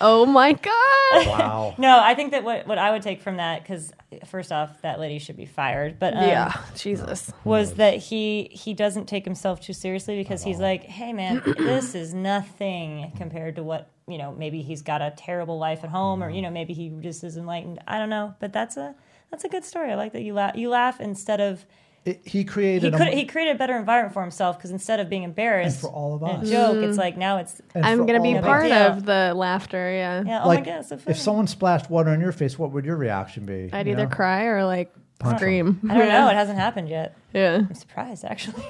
Oh my god. wow. no, I think that what, what I would take from that, because first off, that lady should be fired. But um, Yeah. Jesus. was that he he doesn't take himself too seriously because he's like, hey man, this is nothing compared to what you know. Maybe he's got a terrible life at home, or you know, maybe he just is enlightened. I don't know, but that's a that's a good story. I like that you laugh. You laugh instead of It- he he created. a, could he created a better environment for himself because instead of being embarrassed for all of and us. joke, it's like now it's and I'm for gonna all be of part us. Yeah. of the laughter, yeah. yeah. Oh my Like, god, it's so funny. if someone splashed water on your face, what would your reaction be? I'd You either know? cry or like Punch 'em. scream. I don't yeah. know. It hasn't happened yet. Yeah. I'm surprised actually.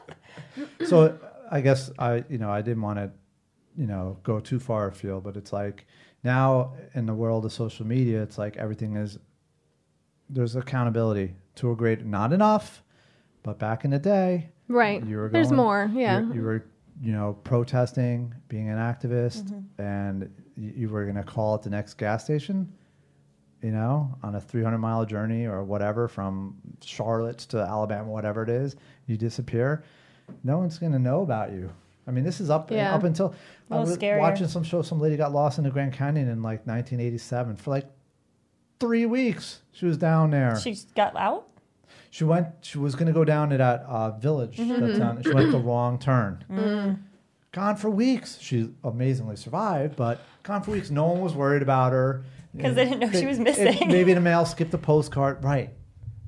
so I guess I you know I didn't want to you know go too far afield, but it's like now in the world of social media, it's like everything is there's accountability to a great not enough, but back in the day, Right. you were There's going- more. Yeah. you, you were you know protesting, being an activist, Mm-hmm. and you, you were going to call at the next gas station. You know, on a 300 mile journey or whatever from Charlotte to Alabama, whatever it is, you disappear. No one's going to know about you. I mean, this is up Yeah. up until I Little was scarier. watching some show. Some lady got lost in the Grand Canyon in like 1987 for like three weeks. She was down there. She just got out. She went. She was going to go down to that uh, village. Mm-hmm. That town. She went the wrong turn. Mm. Gone for weeks. She amazingly survived, but gone for weeks. No one was worried about her 'Cause they didn't know she was missing. maybe the mail skipped a postcard. Right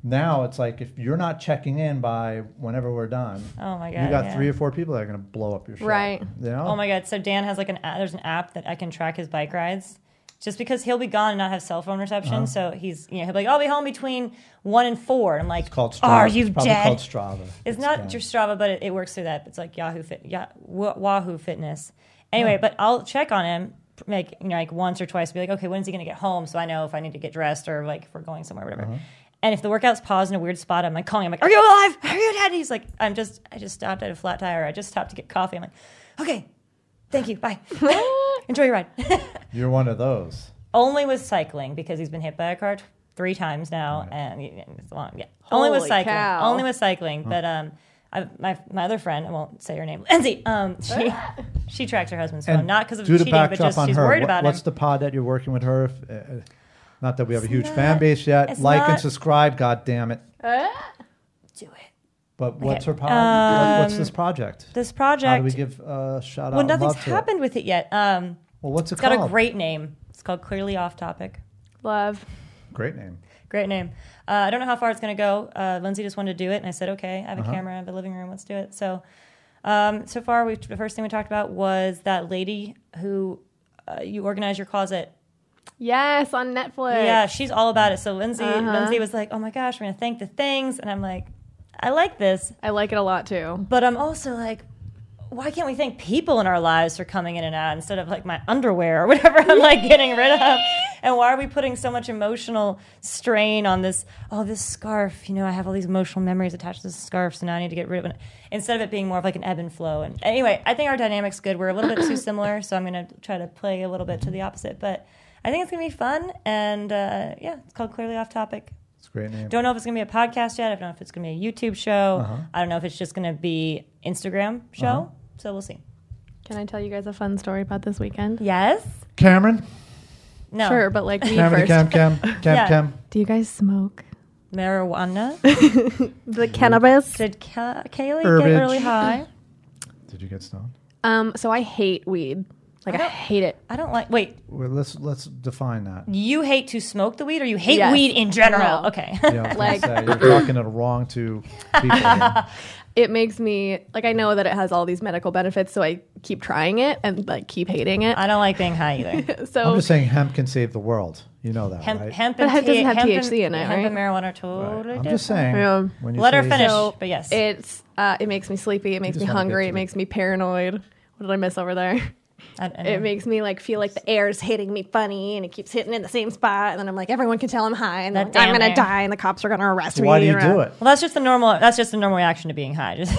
now, it's like if you're not checking in by whenever we're done, Oh my god. you got yeah. three or four people that are going to blow up your shit. Right. You know? Oh my god! So Dan has like an a- there's an app that I can track his bike rides, just because he'll be gone and not have cell phone reception. Uh-huh. So he's you know he'll be like I'll be home between one and four. I'm like, It's called Strava. are you it's probably dead? called Strava. It's not bad. your Strava, but it, it works through that. It's like Yahoo Fit, yeah, Wa- Wahoo Fitness. Anyway, but I'll check on him like you know like once or twice. Be like, okay, when's he gonna get home? So I know if I need to get dressed or like if we're going somewhere, whatever. And if the workout's paused in a weird spot, I'm like calling. him like, "Are you alive? Are you dead?" He's like, "I'm just, I just stopped at a flat tire. I just stopped to get coffee." I'm like, "Okay, thank you, bye, enjoy your ride." You're one of those. Only with cycling because he's been hit by a car t- three times now, and and it's long. Yeah, only with Holy cycling. cow. Only with cycling. But um, I, my my other friend, I won't say her name, Lindsay. Um, she she tracks her husband's phone not because of do the cheating, but backdrop just on she's her. worried What- about what's him. the pod that you're working with her? If, uh, uh, not that we have a huge not- fan base yet. it's Like and not- subscribe, god damn it. Uh, Do it. But what's Okay. her pod? What- what's this project? This How do we project. give uh, shout out? Well, and love nothing's to it? happened with it yet. Um, Well, what's it it's got called? a great name. It's called Clearly Off Topic. Love. Great name. Great name. Uh, I don't know how far it's going to go. Uh, Lindsay just wanted to do it, and I said, okay, I have a camera, I have a living room, let's do it. So, um, so far, we the first thing we talked about was that lady who uh, you organize your closet. Yes, on Netflix. Yeah, she's all about it. So Lindsay, Uh-huh. Lindsay was like, oh my gosh, we're going to thank the things, and I'm like, I like this, I like it a lot too. but I'm also like. why can't we thank people in our lives for coming in and out instead of like my underwear or whatever I'm like getting rid of? And why are we putting so much emotional strain on this? Oh, this scarf, you know, I have all these emotional memories attached to this scarf, so now I need to get rid of it. Instead of it being more of like an ebb and flow. And anyway, I think our dynamic's good. We're a little bit too similar, so I'm going to try to play a little bit to the opposite. But I think it's going to be fun. And uh, yeah, it's called Clearly Off Topic. It's a great name. Don't know if it's gonna be a podcast yet. I don't know if it's gonna be a YouTube show. Uh-huh. I don't know if it's just gonna be Instagram show. So we'll see. Can I tell you guys a fun story about this weekend? Yes. Cameron, No. Sure, but like me Cameron, Cam, first. Cam, Cam, Yeah. Cam. Do you guys smoke? Marijuana. The cannabis? Did Ka- Kaylee Herbage. get really high? Did you get stoned? Um, so I hate weed. Like I I, don't- hate it. I don't like. Wait, Well, let's let's define that. you hate to smoke the weed, or you hate Yes. weed in general? No. Okay. Yeah, I was Like- like, say, you're talking to the wrong two people. here. It makes me like I know that it has all these medical benefits, so I keep trying it and like keep hating it. I don't like being high either. I'm So just saying hemp can save the world. You know that, Hemp, right? hemp, But and it doesn't T- have hemp THC in and, it, Hemp right? and marijuana are Right. totally I'm different. just saying. Yeah. when you Let her say- finish. So but yes. it's uh, it makes me sleepy. It makes just wanna me get hungry. to It the- makes me paranoid. What did I miss over there? I- I It know. makes me like feel like the air's hitting me funny, and it keeps hitting in the same spot. And then I'm like, everyone can tell I'm high, and That like, I'm damn gonna air. die, and the cops are gonna arrest me. Why do you and- do it? well, that's just the normal. That's just the normal reaction to being high. Just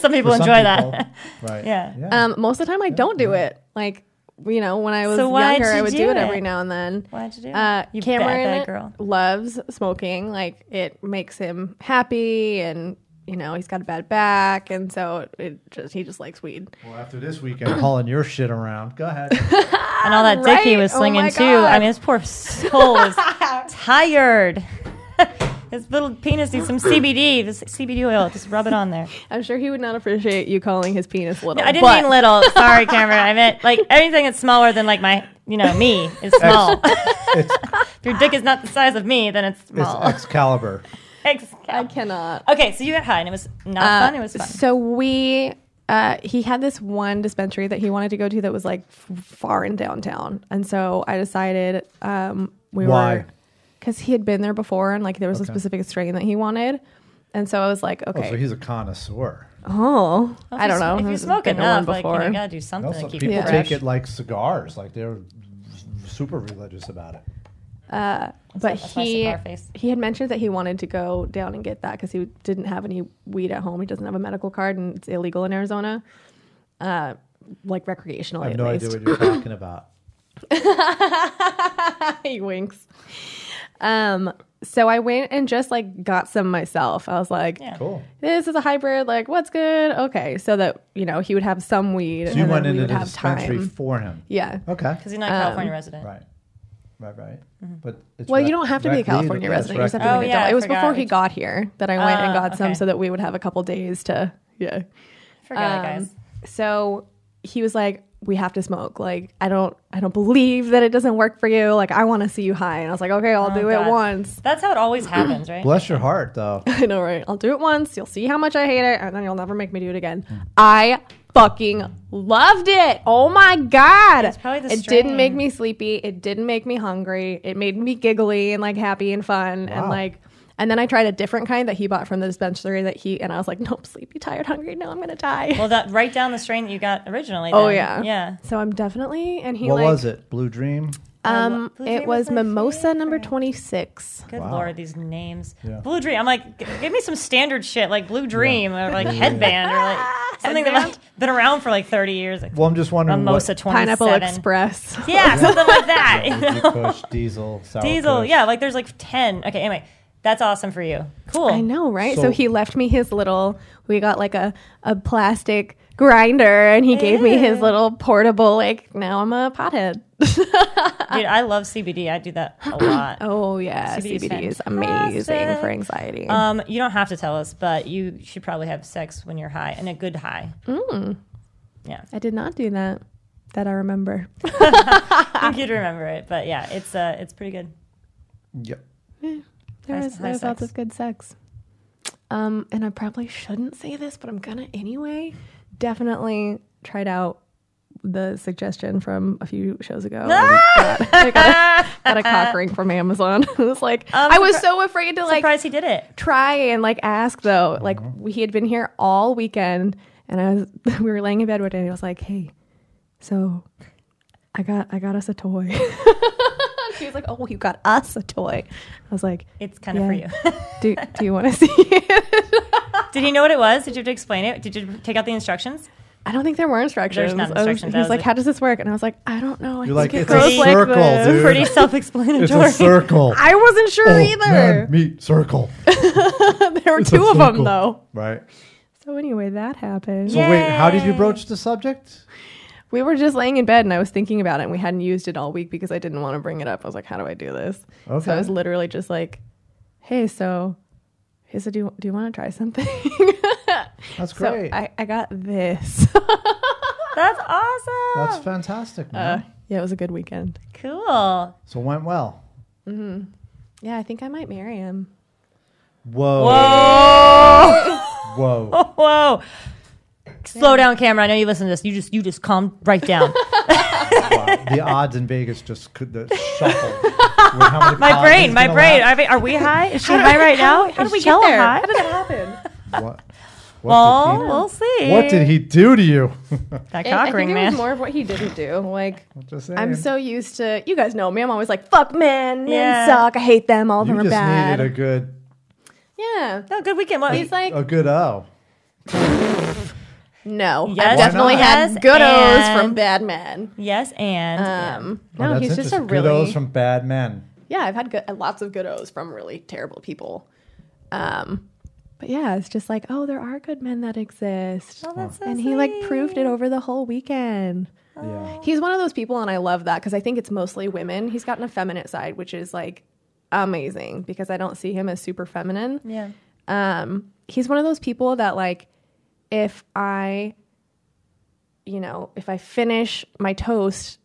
some people For some enjoy that. people, Right. Yeah. Um, most of the time, I don't do it. Like you know, when I was So why'd younger, you I would do do, it it? every now and then. Why'd you do it? Uh, You bad, Cameron bad girl. loves smoking. Like it makes him happy, and you know he's got a bad back, and so it just he just likes weed. Well, after this weekend, hauling your shit around. Go ahead. and all that dick he Right. was Oh slinging my too. I God. mean, his poor soul is tired. his little penis needs some CBD. This CBD oil, just rub it on there. I'm sure he would not appreciate you calling his penis little. I didn't but mean little. Sorry, Cameron. I meant like anything that's smaller than like my, you know, me is small. It's, if your dick is not the size of me, then it's it's small. Excalibur. I Excal- cannot. okay, so you got high, and it was not Uh, fun. It was fun. So we. Uh, he had this one dispensary that he wanted to go to that was like f- far in downtown, and so I decided um, we Why? were because he had been there before, and like there was a Okay. specific strain that he wanted, and so I was like, Oh, okay, so he's a connoisseur. Oh, I don't know. If you I've smoke been to one enough, like you, know, you gotta do something Also, to keep people you it fresh. take it like cigars. Like they're super religious about it. but That's my he cigar face. he had mentioned that he wanted to go down and get that because he didn't have any weed at home. He doesn't have a medical card, and it's illegal in Arizona, uh, like recreationally. I have at no least. idea what you're talking about. he winks. Um, so I went and just like got some myself. I was like, Yeah. Cool. "This is a hybrid. Like, what's good? Okay." So that you know he would have some weed, So and you then went we into would the have dispensary time. for him. Yeah, Okay. Because you're not a California Um, resident. Right. Right. Right. But it's Mm-hmm. Well, you rec- don't have to be a rec lead, California yes, resident. You just have rec to be Oh, an yeah, adult. I it was forgot. before he got here that I went and Ah, got some okay. so that we would have a couple days to, yeah. Forgot it, Um, guys. So he was like, "We have to smoke. Like, I don't, I don't believe that it doesn't work for you. Like, I want to see you high." And I was like, "Okay, I'll do Oh, God. it once. That's how it always happens, right? Bless your heart, though. I know, right? I'll do it once. You'll see how much I hate it, and then you'll never make me do it again." I fucking loved it. Oh my god! It's probably the it didn't strain. make me sleepy. It didn't make me hungry. It made me giggly and like happy and fun and Wow. like. And then I tried a different kind that he bought from the dispensary that he and I was like, nope, sleepy, tired, hungry. No, I'm gonna die. Well, that right down the strain that you got originally. Oh, then. yeah. yeah. So I'm definitely and he What like was it? Blue Dream. um Blue Dream it was was my mimosa number favorite. 26. Good Wow. lord, these names. Yeah. Blue Dream. I'm like, g- give me some standard shit like Blue Dream or like headband or like something that like been around for like 30 years. Like Well, I'm just wondering. Mimosa what- 27. Pineapple Express. Yeah, something like that. you know? Deep Kush, Diesel, Sour Diesel. Kush. Yeah, like there's like 10. Okay, anyway, that's awesome for you. Cool. I know, right? So, So- he left me his little we got like a a plastic grinder and he gave me his Ew. little portable like now I'm a pothead. Dude, I love CBD. I do that a lot. Oh yeah, CBD is CBD is amazing fantastic. for anxiety. Um, you don't have to tell us, but you should probably have sex when you're high and a good high. Yeah. I did not do that that I remember. I think you'd remember it, but yeah, it's uh it's pretty good. Yep. There High- was, high there was lots sex. of good sex. Um, and I probably shouldn't say this, but I'm gonna anyway. Definitely tried out the suggestion from a few shows ago. I got, I got a, got a cock ring from Amazon. it was like I was surpri- so afraid to like Surprised he did it. try and like ask though. Like we- he had been here all weekend. And I was, we were laying in bed one day, and I was like, "Hey, so I got, I got us a toy." she was like, "Oh, you got us a toy." I was like, It's kind of Yeah. for you. "Do, do you want to see it?" Did he know what it was? Did you have to explain it? Did you take out the instructions? I don't think there were There's instructions. not I was- instructions, He that was was like, it. "How does this work?" And I was like, "I don't know. I You're like, think "It's it a grows like circle, this." dude. Pretty It's a self-explanatory. circle. I wasn't sure Oh, either. man, meet circle. there were It's a two of them circle. though. Right. So anyway, that happened. So wait, how did you Yay. broach the subject? We were just laying in bed and I was thinking about it and we hadn't used it all week because I didn't want to bring it up. I was like, how do I do this? Okay. So I was literally just like, hey, so he said, do you, do you want to try something? That's so great. I, I got this. That's awesome. That's uh, fantastic, man. yeah, it was a good weekend. cool. so it went well. Yeah, I think I might marry him. Whoa. Whoa. Whoa. Whoa. Slow down, camera. I know you listen to this. You just you just calm right down. Wow. The odds in Vegas just could the shuffle. with how many My odds brain, is my gonna brain. last. Are we, are we high? Is she high right now? How did Is we Chella get there? high? How did that happen? What, what Well, did we'll see. he, what did he do to you? That I cock think ring, it man. was more of what he didn't do. Like, Just I'm saying. so used to, you guys know me. I'm always like, fuck men. Men Yeah. suck. I hate them. All of You them are just bad. needed a good yeah. no, good weekend. What, He's like, a good O. No, Yes, I've definitely why not? had Yes, good and- O's from bad men. yes, and Um, Oh, no, that's he's just a interesting. good O's really from bad men. yeah. I've had good, lots of good O's from really terrible people. Um, but yeah, it's just like oh, there are good men that exist, Oh, that's so and he like sweet. proved it over the whole weekend. Yeah. He's one of those people, and I love that because I think it's mostly women. He's got an effeminate side, which is like amazing because I don't see him as super feminine. Yeah. um, he's one of those people that like if i you know if i finish my toast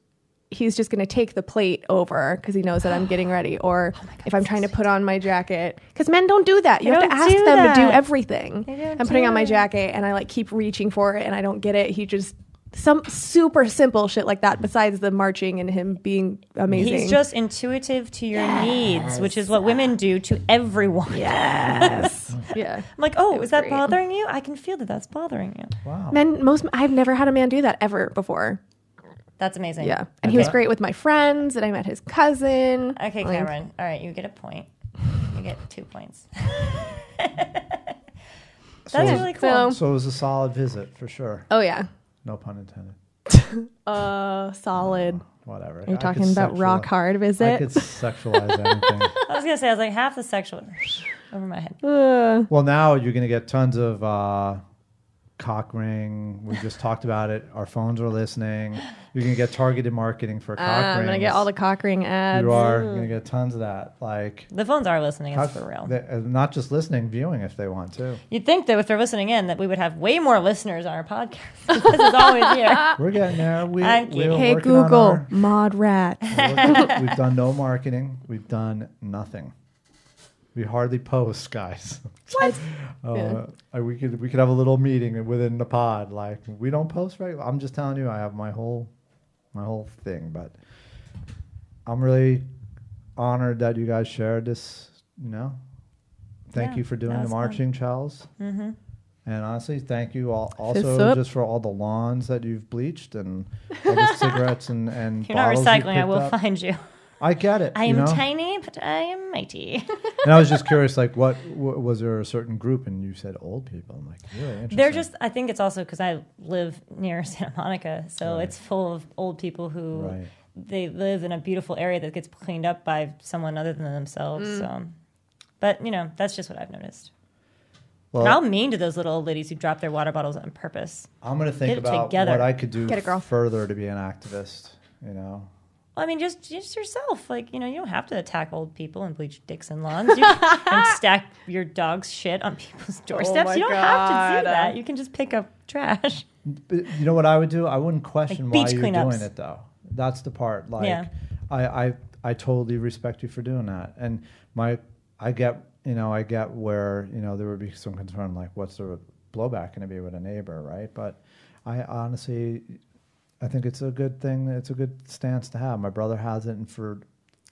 he's just going to take the plate over because he knows that i'm getting ready or Oh if i'm trying to put on my jacket because men don't do that you have to don't ask do them to do that. everything don't i'm putting on my do jacket and i like keep reaching for it and i don't get it he just some super simple shit like that besides the marching and him being amazing He's just intuitive to your needs, which is what women do to everyone. yes yeah I'm like, oh, It was is that great. bothering you? I can feel that that's bothering you. Wow. men most i've never had a man do that ever before That's amazing. Yeah. And he was Okay. great with my friends, and I met his cousin. Okay, Like, Cameron. All right, you get a point. You get two points. so, That's it was- really So- cool. so it was a solid visit for sure. Oh, yeah. No pun intended. Uh, solid. Whatever. You're talking about rock hard I visit? could sexualize anything. I was gonna say I was like half the sexual over my head. Uh, Well, now you're going to get tons of uh, cock ring. We just talked about it. Our phones are listening. You're going to get targeted marketing for cock Ah, I'm going to get all the rings. cock ring ads. Mm. You are going to get tons of that. Like, The phones are listening, it's cock- for real. they- uh, not just listening, viewing if they want to. You'd think that if they're listening in that we would have way more listeners on our podcast. this is always here. We're getting there. We, I'm we're kidding. Uh, Hey, working on Google, our- mod rat. we're working- we've done no marketing. We've done nothing. We hardly post, guys. Uh, I- we could we could have a little meeting within the pod. Like we don't post right. I'm just telling you, I have my whole my whole thing. But I'm really honored that you guys shared this. You know, thank Yeah, you for doing that the was fun. marching, Charles. Mm-hmm. And honestly, thank you all Fists also up. just for all the lawns that you've bleached and all the cigarettes and and If you're not bottles you recycling, I picked will up. find you. I get it. I you am know? tiny, but I am mighty. And I was just curious, like, what, what was there a certain group? And you said old people. I'm like, really interesting. They're just. I think it's also because I live near Santa Monica, so it's full of old people who Right. they live in a beautiful area that gets cleaned up by someone other than themselves. So, but you know, that's just what I've noticed. Well, and how mean to those little old ladies who drop their water bottles on purpose. I'm going to think Get it about together. what I could do Get it, girl. further to be an activist. You know, Well, I mean, just just yourself. Like you know, you don't have to attack old people and bleach dicks and lawns you can, and stack your dog's shit on people's doorsteps. my you don't have to do God. that. You can just pick up trash. but you know what I would do? I wouldn't question why beach you're cleanups. doing it, though. That's the part. Like, Yeah. I, I, I totally respect you for doing that. And my, I get, you know, I get where you know there would be some concern, like, what's the blowback going to be with a neighbor, right? But I honestly, I think it's a good thing. It's a good stance to have. My brother has it, and for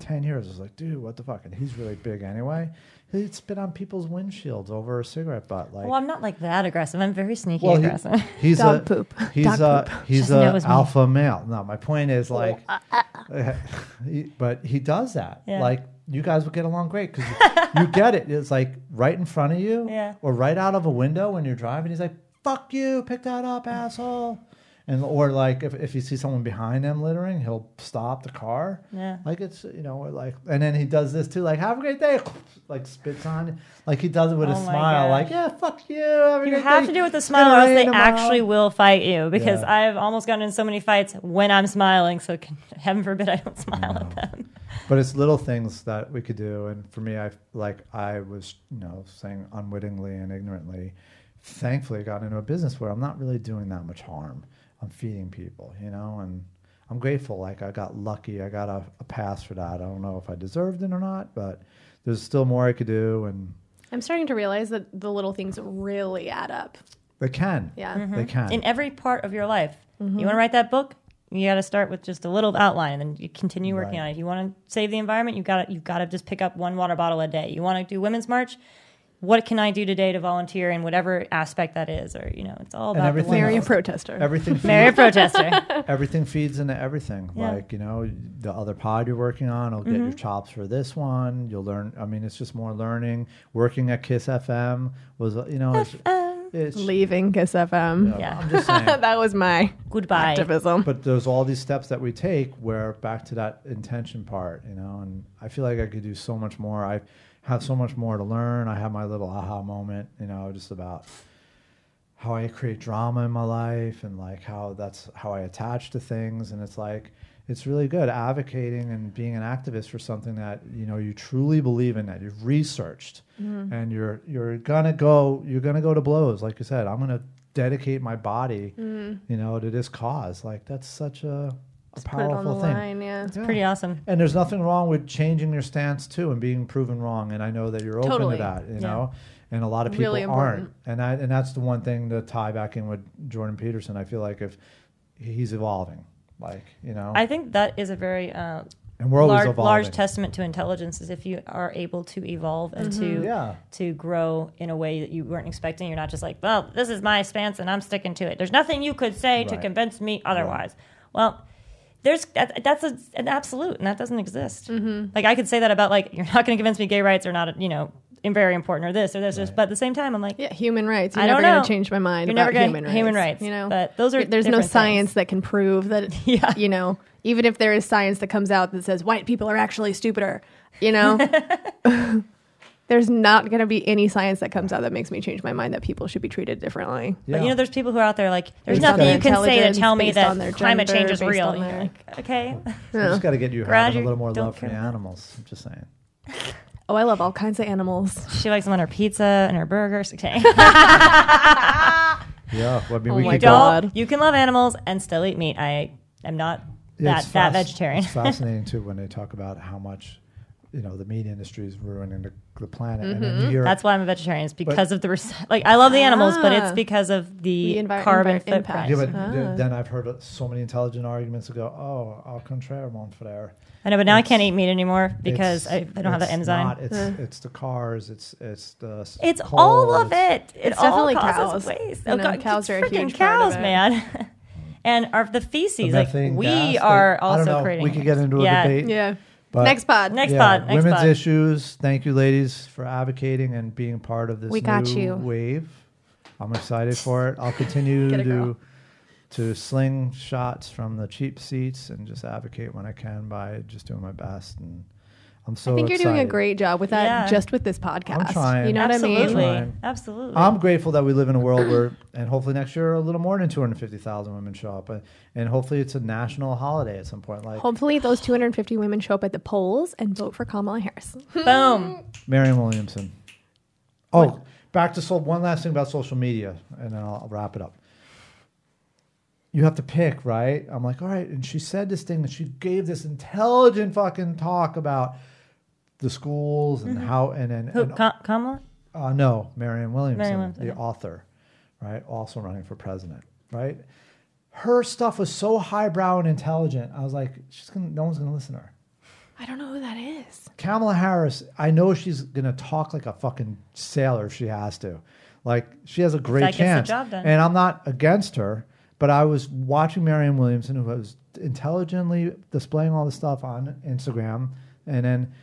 ten years. I was like, dude, what the fuck? And he's really big anyway. He'd spit on people's windshields over a cigarette butt. Like, Well, I'm not like that aggressive. I'm very sneaky Well, he- aggressive. he's Dog a poop. uh, he's Dog a he's Doesn't know a his name. alpha male. No, my point is like, he- but he does that. Yeah. Like you guys would get along great because you, you get it. It's like right in front of you, Yeah. or right out of a window when you're driving. He's like, "Fuck you, pick that up, asshole." And or like if if you see someone behind him littering, he'll stop the car. Yeah. Like it's you know or like and then he does this too. Like have a great day. Like spits on you. Like he does it with a Oh my smile. gosh. Like yeah, fuck you. Have a You great have day. to do it with a It's smile, gonna or else they rain tomorrow." actually will fight you. Because Yeah. I've almost gotten in so many fights when I'm smiling. So can, heaven forbid I don't smile at them. But it's little things that we could do. And for me, I like I was, you know, saying unwittingly and ignorantly. Thankfully, got into a business where I'm not really doing that much harm. I'm feeding people, you know, and I'm grateful. Like I got lucky. I got a, a pass for that. I don't know if I deserved it or not, but there's still more I could do, and I'm starting to realize that the little things really add up. they can. Yeah. They can. In every part of your life, Mm-hmm. you want to write that book. You got to start with just a little outline, and then you continue working Right. on it. You want to save the environment. You got to you got to just pick up one water bottle a day. You want to do Women's March. What can I do today to volunteer in whatever aspect that is, or you know, it's all about the everything one else. Marry a little- protester. everything. feeds- Marry a protester. everything feeds into everything. Yeah. Mm-hmm. Like, you know, the other pod you're working on, will get your chops for this one. You'll learn. I mean, it's just more learning. Working at Kiss FM was, uh, you know, it's, it's Leaving Kiss FM. Yeah. I'm just saying. that was my Goodbye. activism. But there's all these steps that we take where back to that intention part, you know, and I feel like I could do so much more. I have so much more to learn. I have my little aha moment, you know, just about how I create drama in my life and like how that's how I attach to things. And it's like, it's really good advocating and being an activist for something that you know you truly believe in that you've researched Mm-hmm. and you're you're gonna go you're gonna go to blows like you said i'm gonna dedicate my body you know to this cause like that's such a, a Mm-hmm. Put it on the powerful thing line. Yeah. Yeah. Pretty awesome. And there's nothing wrong with changing your stance too and being proven wrong. And I know that you're open Totally. to that, you Yeah. know. And a lot of people Really aren't. important. And I and that's the one thing to tie back in with Jordan Peterson. I feel like if he's evolving, like you know, I think that is a very uh, and we're always large, evolving. large testament to intelligence is if you are able to evolve and Mm-hmm. to Yeah. to grow in a way that you weren't expecting. You're not just like, well, this is my stance and I'm sticking to it. There's nothing you could say to Right. convince me otherwise. Well, there's that, that's a, an absolute and that doesn't exist. Mm-hmm. Like I could say that about like you're not going to convince me gay rights are not you know very important or this or this, or this. but at the same time I'm like. Yeah, human rights. You're I never don't going know. to change my mind You're never about gonna human rights. human rights, You know, but those are there's no different things. science that can prove that. Yeah. You know, even if there is science that comes out that says white people are actually stupider, you know, there's not going to be any science that comes out that makes me change my mind that people should be treated differently. Yeah. But you know, there's people who are out there like, there's Based nothing on you can say to intelligence, tell me based on their that climate gender, change is based real. on And you're their- like, okay, We just got to get you Garage, having a little more don't love for care the about- animals. I'm just saying. Oh, I love all kinds of animals. she likes them on her pizza and her burgers. Okay, Yeah, well, I mean, Oh we my could go- God. don't you can love animals and still eat meat. I am not that It's that fasc- vegetarian. it's fascinating too when they talk about how much you know the meat industry is ruining the, the planet. And Mm-hmm. in Europe, That's why I'm a vegetarian. It's because of the rec- like I love the animals, but it's Ah. because of The the envi- carbon envi- footprint. impact. Yeah, but Ah. th- then I've heard so many intelligent arguments that go, "Oh, au contraire, mon frère," I know, but now I It's- can't eat meat anymore because It's- I, I don't have the it's enzyme. not- it's Uh. it's the cars. It's it's the s- it's coal, all of it's- it. It It's all definitely causes cows. waste. Oh, You know, cows are a freaking huge part of cows, it. man. and are the the feces like methane we gas that- are I also don't know, creating. We could it. get into a yeah. debate. Yeah. But next pod. Next yeah, pod. Next women's pod. issues. Thank you, ladies, for advocating and being part of this We got new you. wave. I'm excited for it. I'll continue Get to a girl. to sling shots from the cheap seats and just advocate when I can by just doing my best. And I'm so I think you're doing a excited. great job with that, Yeah. just with this podcast. trying. You know what I Absolutely. mean? Fine. Absolutely. I'm grateful that we live in a world where, and hopefully next year, a little more than 250,000 women show up, and, and hopefully it's a national holiday at some point. Like Hopefully, those 250 women show up at the polls and vote for Kamala Harris. Boom. Marion Williamson. Oh, back to so, one last thing about social media, and then I'll wrap it up. You have to pick, right? I'm like, all right. And she said this thing, and she gave this intelligent fucking talk about the schools and how, and and, Mm-hmm. Who, and Ka- Kamala? Uh, no, Marion Williamson, Marianne Williamson, the yeah. author, right? Also running for president, right? Her stuff was so highbrow and intelligent. I was like, she's gonna, no one's gonna listen to her. I don't know who that is. Kamala Harris, I know she's gonna talk like a fucking sailor if she has to. Like she has a great That gets the chance, job done. and I'm not against her. But I was watching Marianne Williamson, who was intelligently displaying all this stuff on Instagram, and then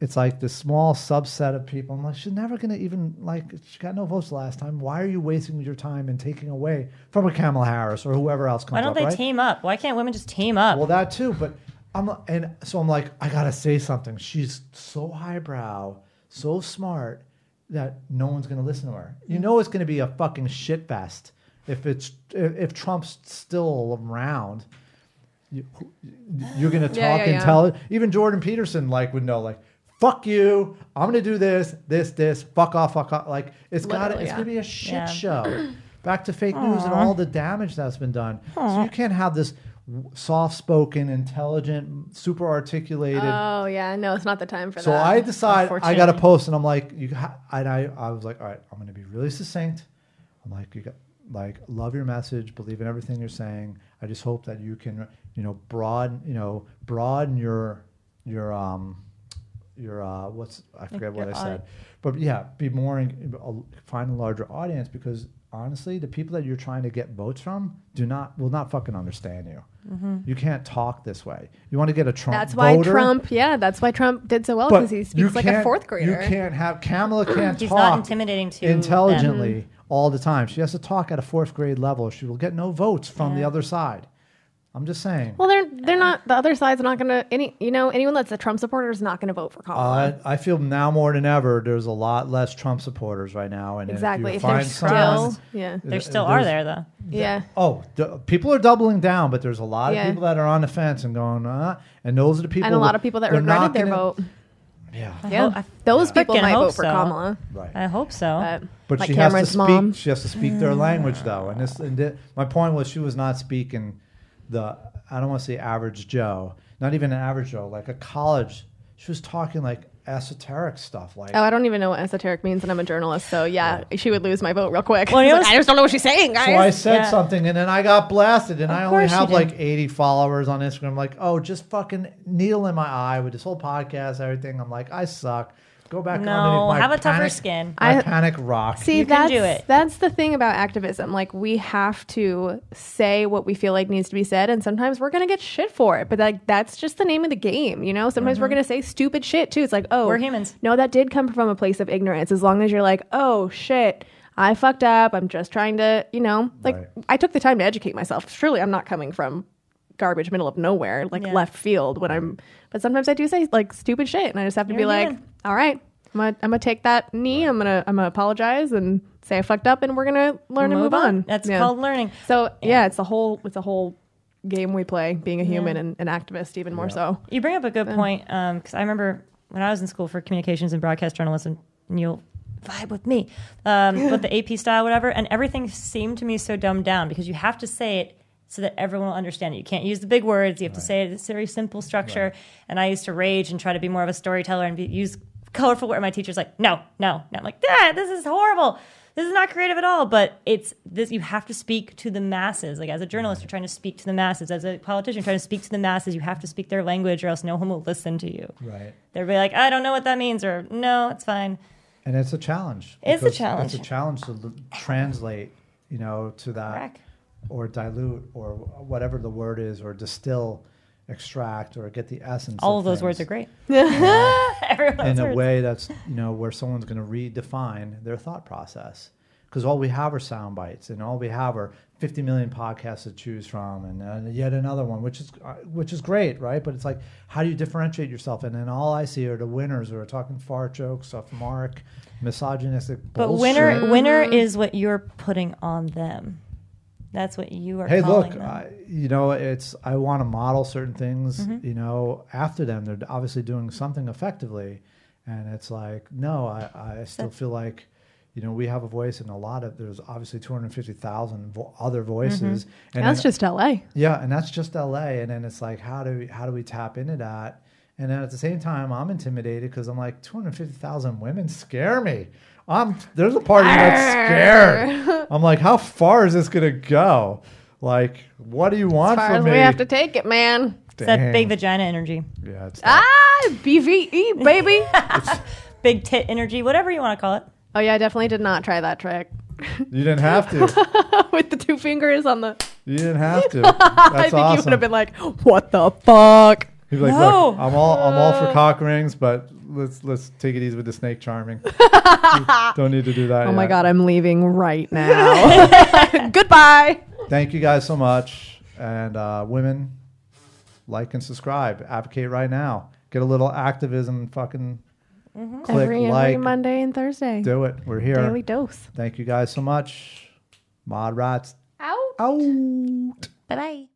it's like this small subset of people. I'm like, she's never gonna even like. She got no votes last time. Why are you wasting your time and taking away from a Kamala Harris or whoever else comes Why don't up? they right? team up? Why can't women just team up? Well, that too, but I'm and so I'm like, I gotta say something. She's so highbrow, so smart that no one's gonna listen to her. You know, it's gonna be a fucking shit fest if it's if, if Trump's still around. You, you're gonna talk Yeah, yeah, and yeah. tell it. Even Jordan Peterson like would know like. Fuck you! I'm gonna do this, this, this. Fuck off, fuck off. Like it's got to Literally, It's yeah. gonna be a shit Yeah. show. Back to fake news and all the damage that's been done. So you can't have this w- soft-spoken, intelligent, super articulated. Oh yeah, no, it's not the time for so that. I decide I got to unfortunately. post, and I'm like, you. Ha- and I, I was like, all right, I'm gonna be really succinct. I'm like, you got like love your message, believe in everything you're saying. I just hope that you can, you know, broaden, you know, broaden your your um your uh what's I forget what I your said, but yeah, be more in, a- find a larger audience because honestly, the people that you're trying to get votes from do not will not fucking understand you. Mm-hmm. You can't talk this way. You want to get a Trump. that's why voter? Trump. Yeah, that's why Trump did so well But because he you speaks like a can't- fourth grader. You can't have Kamala can't He's talk not intimidating to intelligently all the time. She has to talk at a fourth grade level. She will get no votes from the Yeah. other side. I'm just saying. Well, they're they're not. The other side's not gonna any. You know, anyone that's a Trump supporter is not gonna vote for Kamala. I, I feel now more than ever there's a lot less Trump supporters right now, and exactly. If If you they're find someone, still, yeah, There th- still there's- are there though. yeah. Oh, d- people are doubling down, but there's a lot Yeah. of people that are on the fence and going, uh, and those are the people. And a lot that- of people that they're regretted not their gonna- vote. Yeah, hope- Yeah, I those people frickin' might hope vote for so. Kamala. right. I hope so. But, But like she Cameron's has to speak. mom. She has to speak their language, though. And this, and thi- my point was, she was not speaking the. I don't want to say average Joe, not even an average Joe, like a college. She was talking like esoteric stuff, like Oh, I don't even know what esoteric means, and I'm a journalist, so yeah, she would lose my vote real quick. Well, you Like, know- I just don't know what she's saying, guys. So "Oh, I said Yeah. something, and then I got blasted, and Of I only course you have did. like 80 followers on Instagram. I'm like, oh, just fucking needle in my eye with this whole podcast, everything. I'm like, I suck. Go back. No, underneath my have a tougher panic- skin. My I- panic rock. See, You can that's do it. that's the thing about activism. Like we have to say what we feel like needs to be said, and sometimes we're gonna get shit for it. But like that's just the name of the game, you know. Sometimes we're gonna say stupid shit too. It's like, oh, Mm-hmm. We're humans. No, that did come from a place of ignorance. As long as you're like, oh shit, I fucked up. I'm just trying to, you know, like Right. I took the time to educate myself. Surely I'm not coming from garbage middle of nowhere, like Yeah. left field. When I'm, but sometimes I do say like stupid shit, and I just have to You're be like, human. all right, I'm gonna, I'm gonna take that knee. I'm gonna I'm gonna apologize and say I fucked up, and we're gonna learn and move on. That's Yeah. called learning. So yeah. it's a whole it's a whole game we play being a human and an activist even more so. You bring up a good point because I remember when I was in school for communications and broadcast journalism, and you'll vibe with me um, with the AP style, whatever. And everything seemed to me so dumbed down because you have to say it so that everyone will understand it. You can't use the big words. You have to say it. It's a very simple structure. And I used to rage and try to be more of a storyteller and be, use colorful word. My teacher's like, no, no, no. I'm like, Dad, this is horrible. This is not creative at all. But it's this. You have to speak to the masses. Like as a journalist, you're trying to speak to the masses. As a politician, you're trying to speak to the masses. You have to speak their language, or else no one will listen to you. right. They'll be like, I don't know what that means, or no, it's fine. And it's a challenge. It's a because challenge. It's a challenge to l- translate, you know, to that Correct. or dilute or whatever the word is, or distill, extract, or get the essence. of All of those things. words are great. Yeah. in Everyone's a words. way that's you know where someone's going to redefine their thought process because all we have are sound bites and all we have are 50 million podcasts to choose from and, and yet another one which is uh, which is great right but it's like how do you differentiate yourself and then all i see are the winners who are talking fart jokes off mark misogynistic But bullshit. winner, winner is what you're putting on them. That's what you are. hey calling look them. I, you know it's i want to model certain things Mm-hmm. you know after them they're obviously doing something effectively and it's like no i, I still feel like you know we have a voice and a lot of there's obviously 250000 vo- other voices Mm-hmm. and That's then- just LA. yeah and that's just la and then it's like how do we how do we tap into that and then at the same time i'm intimidated because i'm like 250000 women scare me i'm there's a part of me that's scared i'm like how far is this gonna go like what do you As want far from as me we have to take it, man. It's that big Dang. vagina energy, Yeah, it's that. Ah, BVE, baby. big tit energy, whatever you want to call it. oh, yeah, I definitely did not try that trick you didn't have to. with the two fingers on the. You didn't have to. I That's think you would awesome. have been like, what the fuck? He'd be like, No. look, I'm all I'm all Uh. for cock rings, but let's let's take it easy with the snake charming. Don't need to do that. Oh my yet. God, I'm leaving right now. Goodbye. Thank you guys so much, and uh, women, like and subscribe. Advocate right now. Get a little activism. Fucking click Mm-hmm. every, like. every Monday and Thursday. Do it. We're here. Daily dose. Thank you guys so much. Mod rats Out. out. Bye bye.